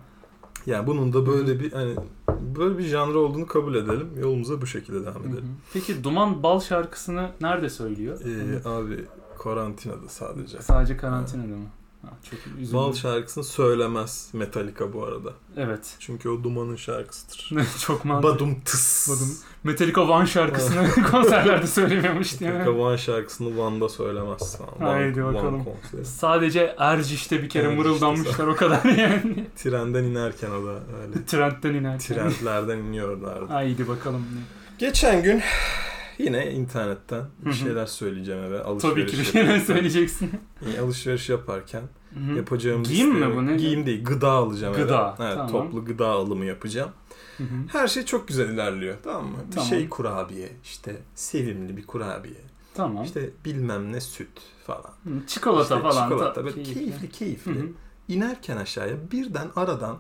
S2: Yani bunun da böyle bir hani böyle bir janra olduğunu kabul edelim. Yolumuza bu şekilde devam
S1: Hı hı.
S2: edelim.
S1: Peki Duman Bal şarkısını nerede söylüyor?
S2: Ee, abi karantinada sadece.
S1: Sadece karantinada mı? Ha, çok üzüldüm.
S2: Bal şarkısını söylemez Metallica bu arada.
S1: Evet.
S2: Çünkü o Duman'ın şarkısıdır.
S1: çok mantıklı.
S2: Badum tıs.
S1: Badum. Metallica One şarkısını konserlerde söylemiyormuş değil mi?
S2: Metallica One şarkısını Van'da söylemez falan. Van-
S1: Haydi
S2: Van
S1: bakalım.
S2: konseri.
S1: Sadece Erciş'te bir kere
S2: Erciş'te
S1: mırıldanmışlar o kadar yani.
S2: Trenden inerken o da öyle.
S1: Trendten inerken.
S2: Trendlerden iniyorlardı.
S1: Haydi bakalım.
S2: Geçen gün yine internetten
S1: Hı
S2: bir
S1: hı.
S2: şeyler söyleyeceğim eve. Alışveriş
S1: Tabii ki bir şeyler
S2: yaparken.
S1: söyleyeceksin.
S2: Yani Alışveriş yaparken
S1: Hı hı.
S2: yapacağım
S1: Giyim mi
S2: listeye-
S1: bu, ne?
S2: Giyim değil gıda alacağım eve.
S1: Gıda,
S2: Evet
S1: tamam.
S2: toplu gıda alımı yapacağım.
S1: Hı hı.
S2: Her şey çok güzel ilerliyor tamam mı? Bir
S1: Tamam.
S2: şey kurabiye işte sevimli bir kurabiye.
S1: Tamam.
S2: İşte bilmem ne süt falan.
S1: Hı, Çikolata
S2: İşte
S1: falan.
S2: Çikolata
S1: Ta-
S2: böyle
S1: keyifli.
S2: keyifli
S1: Hı
S2: keyifli.
S1: hı.
S2: İnerken aşağıya birden aradan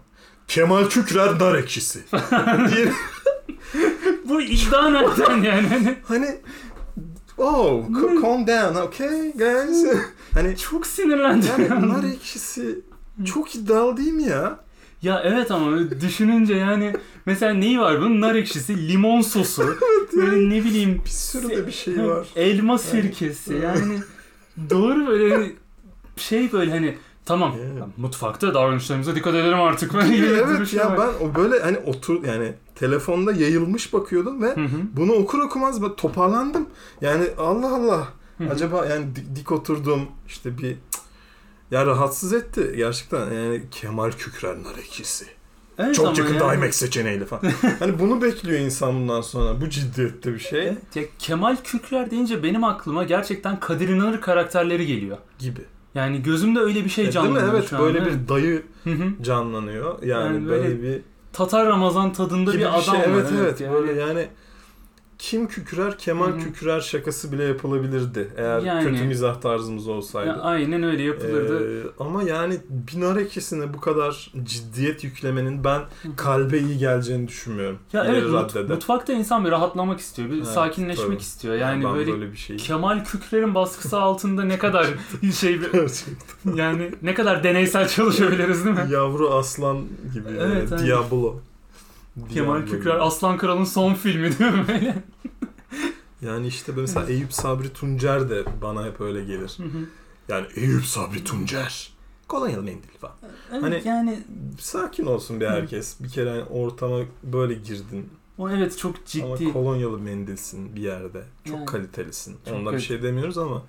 S2: Kemal Kükrer dar ekşisi. diye
S1: Bu iddia nereden yani?
S2: hani oh c- calm down okay guys. hani
S1: Çok sinirlendim.
S2: yani nar ekşisi çok iddialı değil mi ya?
S1: Ya evet ama düşününce yani mesela neyi var bunun? Nar ekşisi, limon sosu, böyle ne bileyim
S2: Bir sürü de bir şey var.
S1: elma sirkesi yani hani doğru böyle şey böyle hani tamam
S2: Evet.
S1: mutfakta davranışlarımıza dikkat edelim artık. Böyle gibi bir
S2: evet
S1: duruşu
S2: ya
S1: var.
S2: ben o böyle hani otur yani telefonda yayılmış bakıyordum ve
S1: Hı hı.
S2: bunu okur okumaz ben toparlandım. Yani Allah Allah.
S1: Hı hı.
S2: Acaba yani di- dik oturdum işte bir ya rahatsız etti gerçekten yani Kemal Kükrer nar ekşisi.
S1: Evet ama
S2: Çok yakında
S1: yani-
S2: IMAX seçeneğiyle falan. hani bunu bekliyor insan bundan sonra. Bu ciddiyette bir şey
S1: Ya Kemal Kürkler deyince benim aklıma gerçekten Kadir İnanır karakterleri geliyor.
S2: gibi.
S1: Yani gözümde öyle bir şey
S2: E, değil mi?
S1: canlanıyor
S2: Evet
S1: şu an.
S2: böyle
S1: evet.
S2: bir dayı
S1: Hı hı.
S2: canlanıyor. Yani,
S1: Yani böyle
S2: böyle, bir
S1: Tatar Ramazan tadında
S2: gibi
S1: bir adam
S2: şey.
S1: var.
S2: Evet evet.
S1: yani.
S2: Böyle yani kim kükrer Kemal
S1: Hı hı.
S2: Kükrer şakası bile yapılabilirdi. Eğer
S1: Yani.
S2: kötü mizah tarzımız olsaydı.
S1: Ya aynen öyle yapılırdı.
S2: Ee, ama yani binar ekşisine bu kadar ciddiyet yüklemenin ben kalbe iyi geleceğini düşünmüyorum.
S1: ya
S2: İleri
S1: evet mut-
S2: raddede.
S1: mutfakta insan bir rahatlamak istiyor, bir
S2: Evet,
S1: sakinleşmek
S2: tabii.
S1: istiyor. Yani
S2: ben
S1: böyle,
S2: böyle, bir şey.
S1: Kemal Kükler'in baskısı altında ne kadar şey yani ne kadar deneysel çalışabiliriz değil mi?
S2: Yavru aslan gibi. yani,
S1: Evet, aynen.
S2: Diablo.
S1: Kemal
S2: Diablo
S1: Kükrer
S2: gibi.
S1: Aslan Kral'ın son filmi değil mi böyle?
S2: Yani işte ben mesela Eyüp Sabri Tuncer de bana hep öyle gelir.
S1: Hı hı.
S2: Yani Eyüp Sabri Tuncer. Kolonyalı mendil falan.
S1: Evet,
S2: Hani-
S1: yani
S2: Sakin olsun bir herkes. Bir kere hani ortama böyle girdin.
S1: o evet çok
S2: Ama
S1: ciddi.
S2: kolonyalı mendilsin bir yerde. Çok
S1: Yani.
S2: kalitelisin.
S1: Çok
S2: Ondan bir
S1: kalite-
S2: şey demiyoruz ama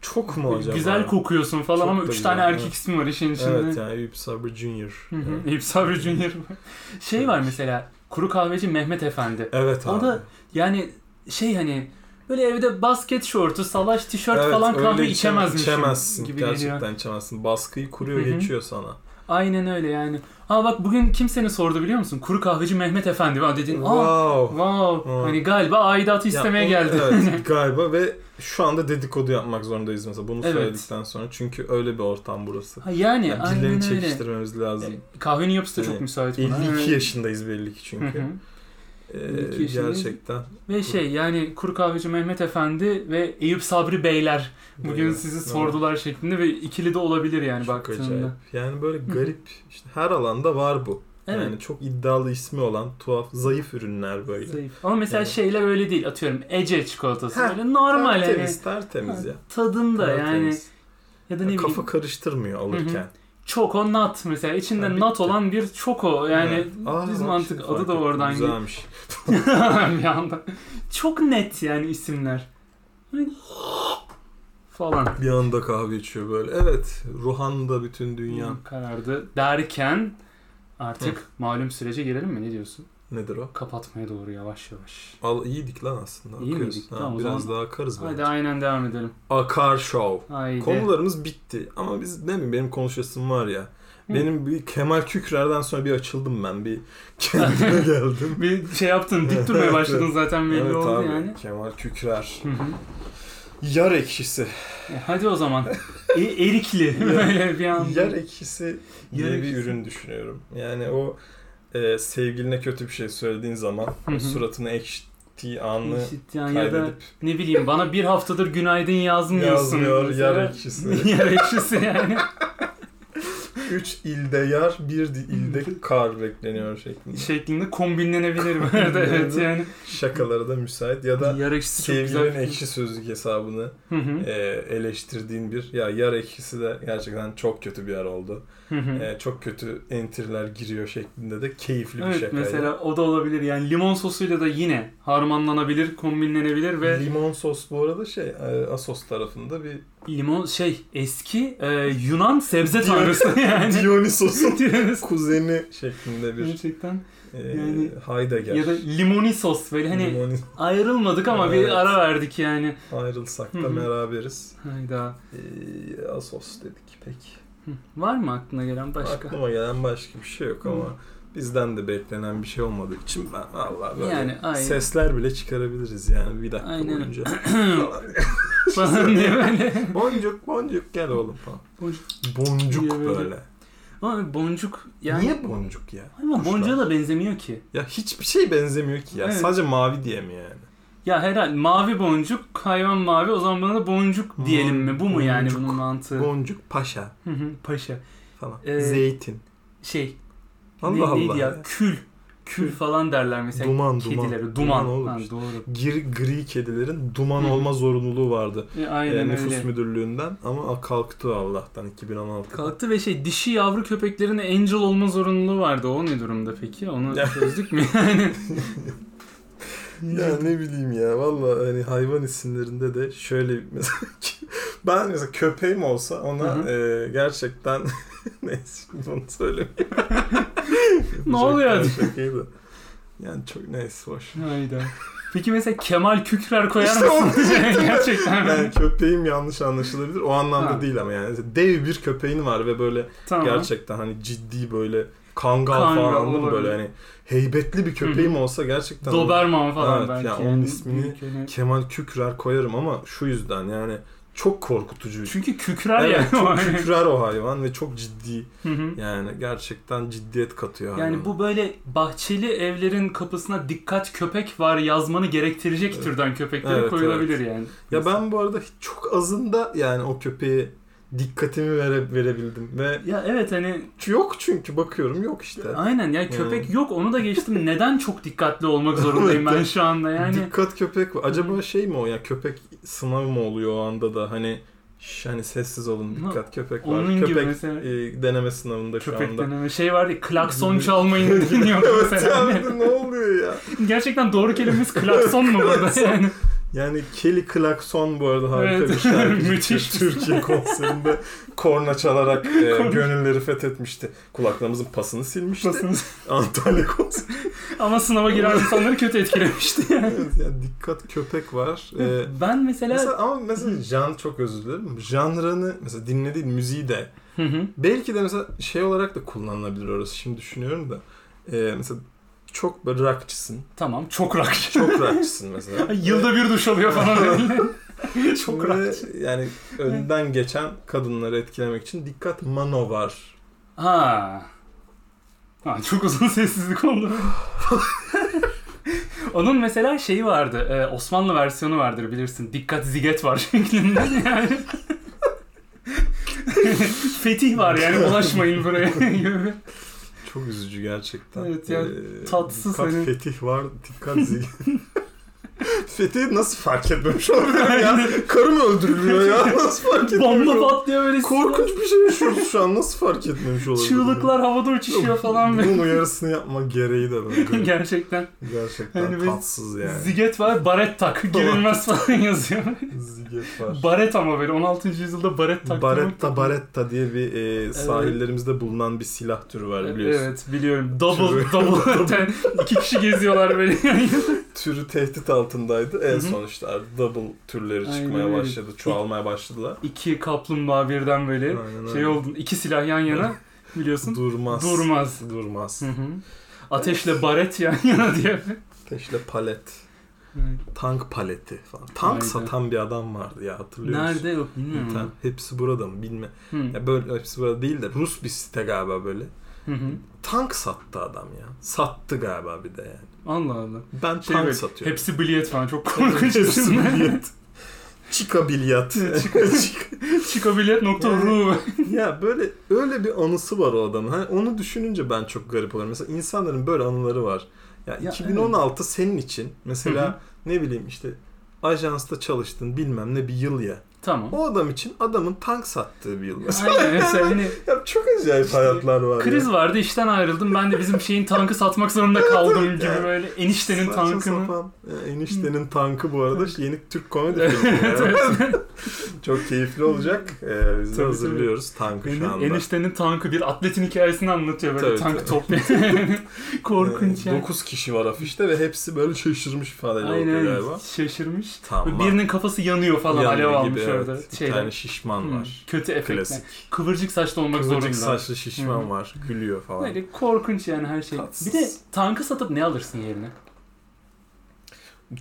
S2: çok mu acaba?
S1: Güzel kokuyorsun falan
S2: Çok
S1: ama
S2: da
S1: 3
S2: güzel,
S1: tane
S2: evet.
S1: erkek ismi var işin içinde.
S2: Evet yani Eyüp Sabri Junior.
S1: Hı hı.
S2: Evet.
S1: Eyüp Sabri Junior. şey var mesela kuru kahveci Mehmet Efendi.
S2: Evet
S1: O
S2: abi.
S1: da Yani şey hani böyle evde basket şortu, salaş tişört
S2: Evet,
S1: falan
S2: öyle
S1: kahve
S2: içe-
S1: içemezmişim
S2: içemezsin.
S1: gibi
S2: Gerçekten
S1: geliyor.
S2: içemezsin. Baskıyı kuruyor
S1: Hı hı.
S2: geçiyor sana.
S1: Aynen öyle yani. Aa bak bugün kim seni sordu biliyor musun? Kuru kahveci Mehmet Efendi. Ben dedin aa
S2: wow.
S1: wow.
S2: Aa.
S1: Hani galiba aidatı
S2: Ya,
S1: istemeye
S2: o-
S1: geldi.
S2: Evet galiba ve şu anda dedikodu yapmak zorundayız mesela bunu
S1: Evet.
S2: söyledikten sonra. Çünkü öyle bir ortam burası.
S1: Ha, yani
S2: Yani
S1: aynen
S2: dillerini
S1: öyle.
S2: çekiştirmemiz lazım.
S1: E, Kahvenin yapısı da çok
S2: Evet.
S1: müsait buna.
S2: 52
S1: Evet.
S2: yaşındayız belli ki çünkü.
S1: Hı hı.
S2: Ee,
S1: 52 yaşındayız.
S2: gerçekten.
S1: Ve şey yani kuru kahveci Mehmet Efendi ve Eyüp Sabri Beyler bugün
S2: Böyle-
S1: sizi
S2: Evet.
S1: sordular şeklinde ve ikili de olabilir yani
S2: Çok
S1: baktığında.
S2: acayip. Yani böyle
S1: hı.
S2: garip işte her alanda var bu.
S1: Evet.
S2: Yani çok iddialı ismi olan tuhaf zayıf ürünler böyle.
S1: Zayıf. Ama mesela
S2: Evet.
S1: şeyle öyle değil. Atıyorum Ece çikolatası
S2: Heh,
S1: böyle normal hani
S2: tertemiz tertemiz ya.
S1: tadında yani
S2: Tertemiz.
S1: ya da ne
S2: Ya
S1: bileyim
S2: Kafa karıştırmıyor alırken.
S1: çoko nut mesela içinde
S2: Ha, bitti.
S1: nut olan bir çoko yani
S2: Evet. Aa,
S1: düz
S2: bak
S1: mantık
S2: şimdi
S1: adı
S2: fark
S1: da
S2: ettim.
S1: oradan geliyor
S2: Güzelmiş.
S1: bir anda. Çok net yani isimler. Hani falan.
S2: Bir anda kahve içiyor böyle. Evet. Ruhanda bütün dünya.
S1: Karardı derken artık malum sürece gelelim mi ne diyorsun?
S2: Nedir o?
S1: Kapatmaya doğru yavaş yavaş.
S2: Al iyiydik lan aslında.
S1: İyi
S2: Akıyoruz.
S1: miydik?
S2: Ha,
S1: Tamam, o
S2: biraz
S1: zaman-
S2: daha akarız
S1: Haydi
S2: bence.
S1: aynen devam edelim.
S2: Akar show.
S1: Haydi.
S2: Konularımız bitti. Ama biz ne mi benim konuşasım var ya.
S1: Hı.
S2: Benim bir Kemal Kükrer'den sonra bir açıldım ben. Bir kendime geldim.
S1: Bir şey yaptın dik durmaya başladın zaten belli
S2: evet
S1: oldu
S2: abi.
S1: yani.
S2: Kemal Kükrer.
S1: Hı hı.
S2: Yar ekşisi.
S1: E, hadi o zaman. E, erikli böyle bir anda.
S2: Yer ekşisi diye
S1: Yer
S2: bir
S1: ekşisi.
S2: ürün düşünüyorum. Yani o e, sevgiline kötü bir şey söylediğin zaman
S1: Hı hı.
S2: suratını ekşittiği anını
S1: İşityan ya da
S2: kaydedip
S1: ne bileyim bana bir haftadır günaydın yazmıyorsun.
S2: yazmıyor
S1: mesela.
S2: yar ekşisi.
S1: Yer ekşisi yani.
S2: Üç ilde yar, bir di- ilde kar bekleniyor şeklinde.
S1: Şeklinde kombinlenebilir bu arada evet yani.
S2: Şakalara da müsait ya da
S1: Yer ekşisi çok
S2: sevgilinin
S1: güzel.
S2: ekşi sözlük hesabını
S1: Hı hı,
S2: e, eleştirdiğin bir ya yar ekşisi de gerçekten çok kötü bir yer oldu.
S1: hı hı.
S2: E, çok kötü enterler giriyor şeklinde de keyifli bir
S1: Evet
S2: şaka.
S1: mesela o da olabilir yani limon sosuyla da yine harmanlanabilir, kombinlenebilir ve
S2: Limon sos bu arada şey e, Asos tarafında bir
S1: limon şey eski e, Yunan sebze tanrısı yani.
S2: Dionysos'un
S1: Diyoruz.
S2: kuzeni şeklinde bir
S1: Gerçekten.
S2: e,
S1: Yani-
S2: Heidegger.
S1: Ya da limoni sos böyle hani
S2: Limoni-
S1: Ayrılmadık ama
S2: Evet.
S1: bir ara verdik yani.
S2: ayrılsak
S1: Hı
S2: da
S1: hı.
S2: beraberiz.
S1: Hayda.
S2: E, Asos dedik pek.
S1: Hı. Var mı aklına gelen başka?
S2: Aklıma gelen başka bir şey yok ama Bizden de beklenen bir şey olmadığı için ben valla böyle
S1: Yani, aynen.
S2: sesler bile çıkarabiliriz yani bir dakika
S1: Aynen.
S2: boyunca.
S1: falan diye böyle.
S2: boncuk boncuk gel oğlum falan.
S1: Boncuk.
S2: Boncuk
S1: Niye böyle?
S2: böyle.
S1: Ama boncuk yani.
S2: Niye boncuk ya?
S1: Ama
S2: Kuşlar.
S1: boncuğa da benzemiyor ki.
S2: Ya hiçbir şey benzemiyor ki ya.
S1: Evet.
S2: Sadece mavi diye mi yani?
S1: Ya herhalde mavi boncuk, hayvan mavi o zaman buna da boncuk diyelim mi? Bu mu yani
S2: Boncuk.
S1: bunun mantığı?
S2: Boncuk, paşa
S1: Hı hı, Paşa.
S2: falan.
S1: Ee,
S2: Zeytin.
S1: Şey,
S2: Allah
S1: ne,
S2: Allah.
S1: neydi ya?
S2: ya.
S1: Kül. Kül falan derler mesela.
S2: Duman, duman.
S1: Kedilere. Duman.
S2: oğlum
S1: Ha,
S2: işte.
S1: doğru.
S2: Gir, gri kedilerin duman
S1: Hı.
S2: olma zorunluluğu vardı.
S1: E,
S2: Ee,
S1: aynen
S2: nüfus
S1: öyle.
S2: müdürlüğünden ama kalktı Allah'tan 2016'da.
S1: Kalktı ve şey dişi yavru köpeklerine angel olma zorunluluğu vardı. O ne durumda peki? Onu
S2: Ya.
S1: çözdük mü yani?
S2: Ya ne bileyim ya valla hani hayvan isimlerinde de şöyle bir- mesela ben mesela köpeğim olsa
S1: Hı
S2: ona e, gerçekten neyse şimdi bunu söylemeyeyim.
S1: Ne oluyor?
S2: Yapacaklar şakayı da. Yani çok neyse boş.
S1: Hayda. Peki mesela Kemal Kükrer koyar
S2: İşte onu
S1: mısın?
S2: diyecektim ben.
S1: Gerçekten mi?
S2: Yani köpeğim yanlış anlaşılabilir. O anlamda
S1: Ha.
S2: değil ama yani. Mesela Dev bir köpeğin var ve böyle
S1: tamam.
S2: gerçekten hani ciddi böyle kangal,
S1: Kangal
S2: falan anladın mı? böyle
S1: olabilir.
S2: hani heybetli bir köpeğim olsa gerçekten onu-
S1: Doberman falan
S2: Evet,
S1: belki.
S2: ya onun ismini-
S1: büyük hani. öne-
S2: Kemal Kükrer koyarım ama şu yüzden yani çok korkutucu.
S1: Çünkü kükrer
S2: evet,
S1: yani. hani.
S2: çok kükrer o hayvan ve çok ciddi.
S1: Hı hı.
S2: Yani gerçekten ciddiyet katıyor hayvana.
S1: Yani bu böyle bahçeli evlerin kapısına dikkat köpek var yazmanı gerektirecek
S2: Evet.
S1: türden köpeklere
S2: Evet,
S1: koyulabilir yani.
S2: Ya ben bu arada çok azında yani o köpeğe dikkatimi vere, verebildim ve
S1: ya evet hani
S2: yok çünkü bakıyorum yok işte.
S1: aynen ya köpek yok onu da geçtim. Neden çok dikkatli olmak zorundayım ben şu anda yani?
S2: Dikkat köpek var.
S1: Hı.
S2: Acaba şey mi o ya köpek sınav mı oluyor o anda da hani şş, hani sessiz olun
S1: Ha,
S2: dikkat köpek var.
S1: Onun gibi
S2: köpek
S1: mesela
S2: e, deneme sınavında şu
S1: köpek
S2: anda.
S1: deneme şey vardı ya, klakson çalmayın dinliyor
S2: evet
S1: mesela.
S2: ya bir de ne oluyor ya?
S1: Gerçekten doğru kelimemiz klakson mu burada yani?
S2: Yani Kelly Clarkson bu arada harika
S1: Evet.
S2: bir şarkıcı.
S1: Müthiş.
S2: Türkiye konserinde korna çalarak e,
S1: Korna.
S2: gönülleri fethetmişti. Kulaklarımızın pasını silmişti.
S1: Basınız.
S2: Antalya konseri.
S1: Ama sınava giren insanları kötü etkilemişti yani.
S2: Evet, yani dikkat köpek var. E,
S1: ben mesela...
S2: mesela, ama mesela jan çok özür dilerim. Janrını mesela dinlediğin müziği de
S1: Hı hı.
S2: belki de mesela şey olarak da kullanılabilir orası. Şimdi düşünüyorum da. E, mesela çok böyle rockçısın.
S1: Tamam çok rock.
S2: Çok rockçısın mesela.
S1: Yılda bir duş alıyor falan öyle. çok
S2: Ve
S1: rock.
S2: Yani önden geçen kadınları etkilemek için dikkat mano var.
S1: Ha. ha. Çok uzun sessizlik oldu. Onun mesela şeyi vardı. e, Osmanlı versiyonu vardır bilirsin. Dikkat ziget var şeklinde yani. Fetih var yani ulaşmayın buraya. gibi.
S2: Çok üzücü gerçekten.
S1: Evet ya,
S2: Ee,
S1: tatsız
S2: Dikkat
S1: hani.
S2: fetih var, dikkat zil. Fetih nasıl fark etmemiş olabilirim ya? Karım öldürülüyor ya. Nasıl fark etmemiş
S1: Bomba
S2: olabilirim?
S1: patlıyor böyle.
S2: Korkunç bir şey yaşıyoruz şu an. Nasıl fark etmemiş olabilirim?
S1: Çığlıklar havada uçuşuyor falan.
S2: Bunun uyarısını yapma gereği de böyle.
S1: Gerçekten.
S2: Gerçekten
S1: Hani böyle
S2: tatsız yani.
S1: Ziget var, baret tak. Girilmez falan yazıyor.
S2: Ziget var.
S1: Baret ama böyle 16. yüzyılda baret taktırmak.
S2: Baretta Baretta diye bir e, sahillerimizde bulunan bir silah türü var biliyorsun.
S1: Evet biliyorum. Double
S2: Türü.
S1: double ten. İki kişi geziyorlar böyle.
S2: Türü tehdit altındaydı. En
S1: Hı hı.
S2: son işte double türleri
S1: Aynen
S2: çıkmaya
S1: öyle.
S2: başladı. Çoğalmaya başladılar.
S1: İki kaplumbağa birden böyle
S2: Aynen
S1: şey
S2: öyle.
S1: oldun. İki silah yan yana biliyorsun.
S2: Durmaz.
S1: Durmaz.
S2: Durmaz.
S1: Hı hı. Ateşle baret yan yana diye.
S2: Ateşle palet.
S1: Evet.
S2: Tank paleti falan. Tank
S1: Aynen.
S2: satan bir adam vardı ya hatırlıyor musun?
S1: Nerede yok bilmiyorum.
S2: Tam-
S1: ama.
S2: Hepsi burada mı bilme.
S1: Hı.
S2: Ya böyle hepsi burada değil de Rus bir site galiba böyle.
S1: Hı hı.
S2: Tank sattı adam ya. Sattı galiba bir de yani.
S1: Allah Allah.
S2: Ben
S1: Şey
S2: tank
S1: böyle,
S2: satıyorum.
S1: Hepsi bilyet falan çok korkunç
S2: Hepsi
S1: isimler.
S2: bilyat. Chica bilyat.
S1: Evet,
S2: Chica-
S1: Çikobilyet.ru
S2: ya böyle öyle bir anısı var o adamın. Hani onu düşününce ben çok garip oluyorum. Mesela insanların böyle anıları var. Ya,
S1: Ya
S2: 2016 senin için mesela
S1: Hı hı.
S2: ne bileyim işte ajansta çalıştın bilmem ne bir yıl ya.
S1: Tamam.
S2: O adam için adamın tank sattığı bir yıl.
S1: Aynen mesela hani
S2: ya çok acayip
S1: İşte
S2: hayatlar var.
S1: Kriz
S2: ya.
S1: vardı işten ayrıldım. Ben de bizim şeyin tankı satmak zorunda kaldım
S2: evet,
S1: gibi
S2: yani.
S1: böyle eniştenin
S2: Saçma
S1: tankını.
S2: sapan. Ya, eniştenin tankı bu arada yeni Türk komedi filmi.
S1: Evet,
S2: ya.
S1: evet.
S2: Çok keyifli olacak. Ee, biz de
S1: Tabii,
S2: hazırlıyoruz tankı şu anda.
S1: Eniştenin tankı bir atletin hikayesini anlatıyor böyle
S2: şey Tabii,
S1: tank
S2: tabii.
S1: toplayan. Korkunç yani.
S2: 9 Ee, kişi var afişte ve hepsi böyle şaşırmış ifadeyle
S1: Aynen
S2: bakıyor galiba.
S1: şaşırmış.
S2: Tamam.
S1: Birinin kafası yanıyor falan
S2: Yanıyor
S1: alev almış
S2: gibi,
S1: orada.
S2: evet. Bir
S1: Şeyler.
S2: tane şişman
S1: Hmm,
S2: var.
S1: Kötü efektler.
S2: Klasik.
S1: Kıvırcık saçlı olmak zorunda. Hmm.
S2: Kıvırcık saçlı şişman
S1: Hı.
S2: var. Gülüyor falan.
S1: Böyle korkunç yani her şey.
S2: Tatsız.
S1: Bir de tankı satıp ne alırsın yerine?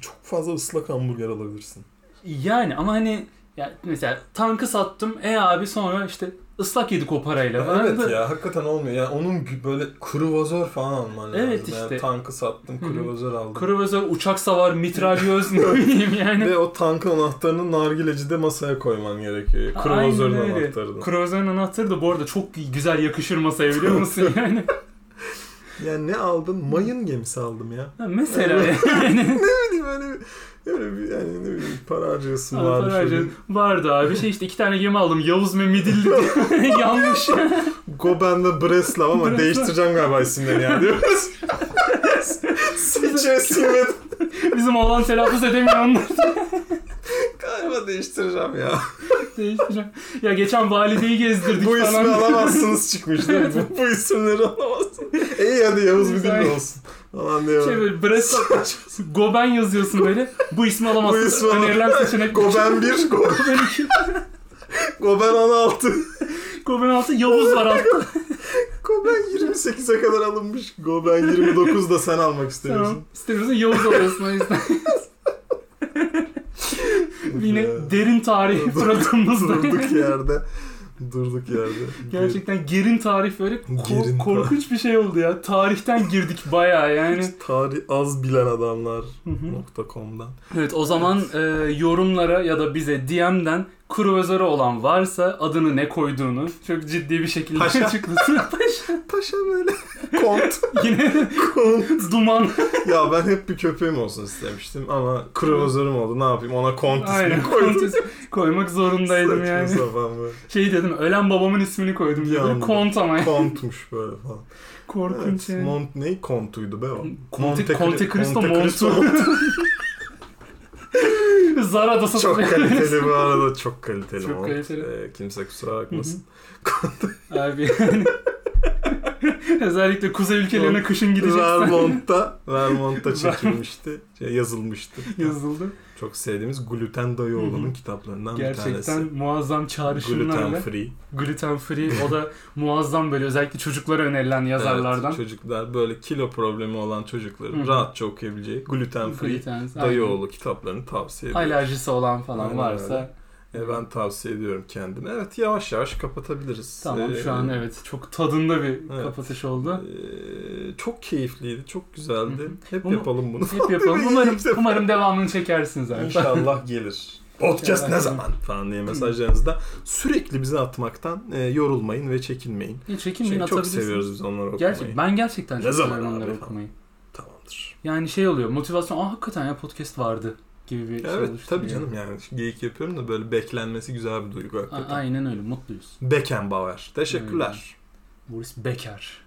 S2: Çok fazla ıslak hamburger alabilirsin.
S1: Yani ama hani ya mesela tankı sattım. E abi sonra işte ıslak yedik o parayla. falan.
S2: evet
S1: Böyle-
S2: ya hakikaten olmuyor. Yani onun gü- böyle kuru vazör falan alman lazım.
S1: Evet
S2: Yani
S1: işte.
S2: tankı sattım
S1: Hı
S2: kuru
S1: hı.
S2: vazör aldım.
S1: Kruvaza uçak savar, mitralyoz ne bileyim yani.
S2: Ve o tankın anahtarını nargilecide masaya koyman gerekiyor. Kuru
S1: Aynen
S2: vazörün
S1: öyle.
S2: anahtarını.
S1: Kruvazörün anahtarı da bu arada çok güzel yakışır masaya biliyor musun yani?
S2: Yani ne aldım? Mayın gemisi aldım ya.
S1: Ha, Mesela yani.
S2: Ne bileyim hani öyle bir yani ne bileyim para harcıyorsun
S1: Alper
S2: var.
S1: Ercan
S2: şöyle.
S1: vardı abi şey işte iki tane gemi aldım Yavuz ve Midilli diye. yanlış.
S2: Goben ve Breslav ama
S1: Breslav.
S2: değiştireceğim galiba isimlerini yani diyoruz. Seçe silmedim.
S1: Bizim oğlan telaffuz edemiyor onlar.
S2: Galiba değiştireceğim ya.
S1: Değiştireceğim. Ya geçen valideyi gezdirdik
S2: bu ismi
S1: falan.
S2: alamazsınız çıkmış değil mi? Bu, bu isimleri alamazsınız. İyi hadi Yavuz bir
S1: Güzel.
S2: gün olsun. Falan diyor.
S1: Şey böyle Brest Goben yazıyorsun böyle. Bu ismi alamazsın.
S2: Bu ismi alam-
S1: Önerilen seçenek.
S2: Goben 1, Goben,
S1: Goben iki.
S2: Goben 16.
S1: Goben altı Yavuz var altta.
S2: Goben 28'e kadar alınmış. Goben 29 da sen almak
S1: Tamam.
S2: istemiyorsun.
S1: İstemiyorsan Yavuz alıyorsun o yüzden. Yine
S2: Ya.
S1: derin tarih fıratımızda.
S2: Durduk yerde. Durduk yerde.
S1: Gerçekten gerin tarih böyle ko-
S2: Gerin
S1: korkunç bir şey oldu ya. Tarihten girdik bayağı yani.
S2: Hiç tarih az bilen adamlar
S1: Hı hı.
S2: nokta com'dan.
S1: Evet o zaman e, yorumlara ya da bize DM'den kuru özarı olan varsa adını ne koyduğunu çok ciddi bir şekilde
S2: Paşa.
S1: açıklasın.
S2: Paşa böyle. Kont.
S1: Yine
S2: Kont.
S1: duman.
S2: Ya ben hep bir köpeğim olsun istemiştim ama kravazörüm oldu. Ne yapayım ona kont
S1: Aynen.
S2: ismini koydum.
S1: Kontes- koymak zorundaydım
S2: Saçma
S1: yani.
S2: sapan böyle.
S1: Şey dedim ölen babamın ismini koydum.
S2: Bir
S1: Dedim.
S2: anda.
S1: Kont ama yani.
S2: Kontmuş böyle falan.
S1: Korkunç
S2: Evet,
S1: yani.
S2: Mont ne? Kontuydu be o.
S1: Conte-
S2: Monte-
S1: Conte Cristo
S2: Monte
S1: Montu. Zara da
S2: Çok
S1: satılıyor.
S2: kaliteli bu arada. Çok kaliteli
S1: Çok
S2: mont.
S1: kaliteli.
S2: Ee, kimse kusura bakmasın.
S1: Abi yani. Özellikle kuzey ülkelerine kışın gideceksen
S2: Vermont'ta, Vermont'ta çekilmişti. Şey, yazılmıştı.
S1: yazıldı.
S2: Çok sevdiğimiz Gluten
S1: Hı
S2: Dayıoğlu'nun
S1: hı.
S2: kitaplarından bir
S1: Gerçekten
S2: tanesi.
S1: muazzam
S2: Gluten
S1: çağrışımlarla.
S2: free.
S1: Gluten free. O da muazzam böyle özellikle çocuklara önerilen yazarlardan.
S2: Evet, çocuklar böyle kilo problemi olan çocukların
S1: Hı hı.
S2: rahatça okuyabileceği Gluten free
S1: Gluten- aynen.
S2: Dayıoğlu kitaplarını tavsiye ediyorum.
S1: Alerjisi olan falan
S2: Aynen
S1: varsa.
S2: öyle. E, ben tavsiye ediyorum kendime. Evet yavaş yavaş kapatabiliriz.
S1: Tamam
S2: E,
S1: şu an evet çok tadında bir
S2: Evet.
S1: kapatış oldu.
S2: e, çok keyifliydi, çok güzeldi.
S1: Hı hı.
S2: Hep
S1: Bunu-
S2: yapalım bunu.
S1: Hep yapalım.
S2: İyi
S1: Umarım,
S2: işte.
S1: umarım devamını çekersiniz abi.
S2: İnşallah gelir. Podcast ne zaman falan diye mesajlarınızı da sürekli bize atmaktan e, yorulmayın ve çekinmeyin.
S1: Ya çekinmeyin
S2: Çünkü Şey, çok
S1: atabilirsiniz.
S2: seviyoruz biz onları okumayı.
S1: Gerçek, ben gerçekten
S2: Ne
S1: çok
S2: zaman
S1: seviyorum
S2: abi
S1: onları
S2: falan.
S1: okumayı.
S2: Tamamdır.
S1: Yani şey oluyor motivasyon aa hakikaten ya podcast vardı gibi bir şey
S2: evet
S1: oluşturuyor.
S2: tabii canım yani geyik yapıyorum da böyle beklenmesi güzel bir duygu
S1: A-
S2: hakikaten.
S1: aynen öyle mutluyuz.
S2: Beckenbauer. Teşekkürler.
S1: Boris Becker.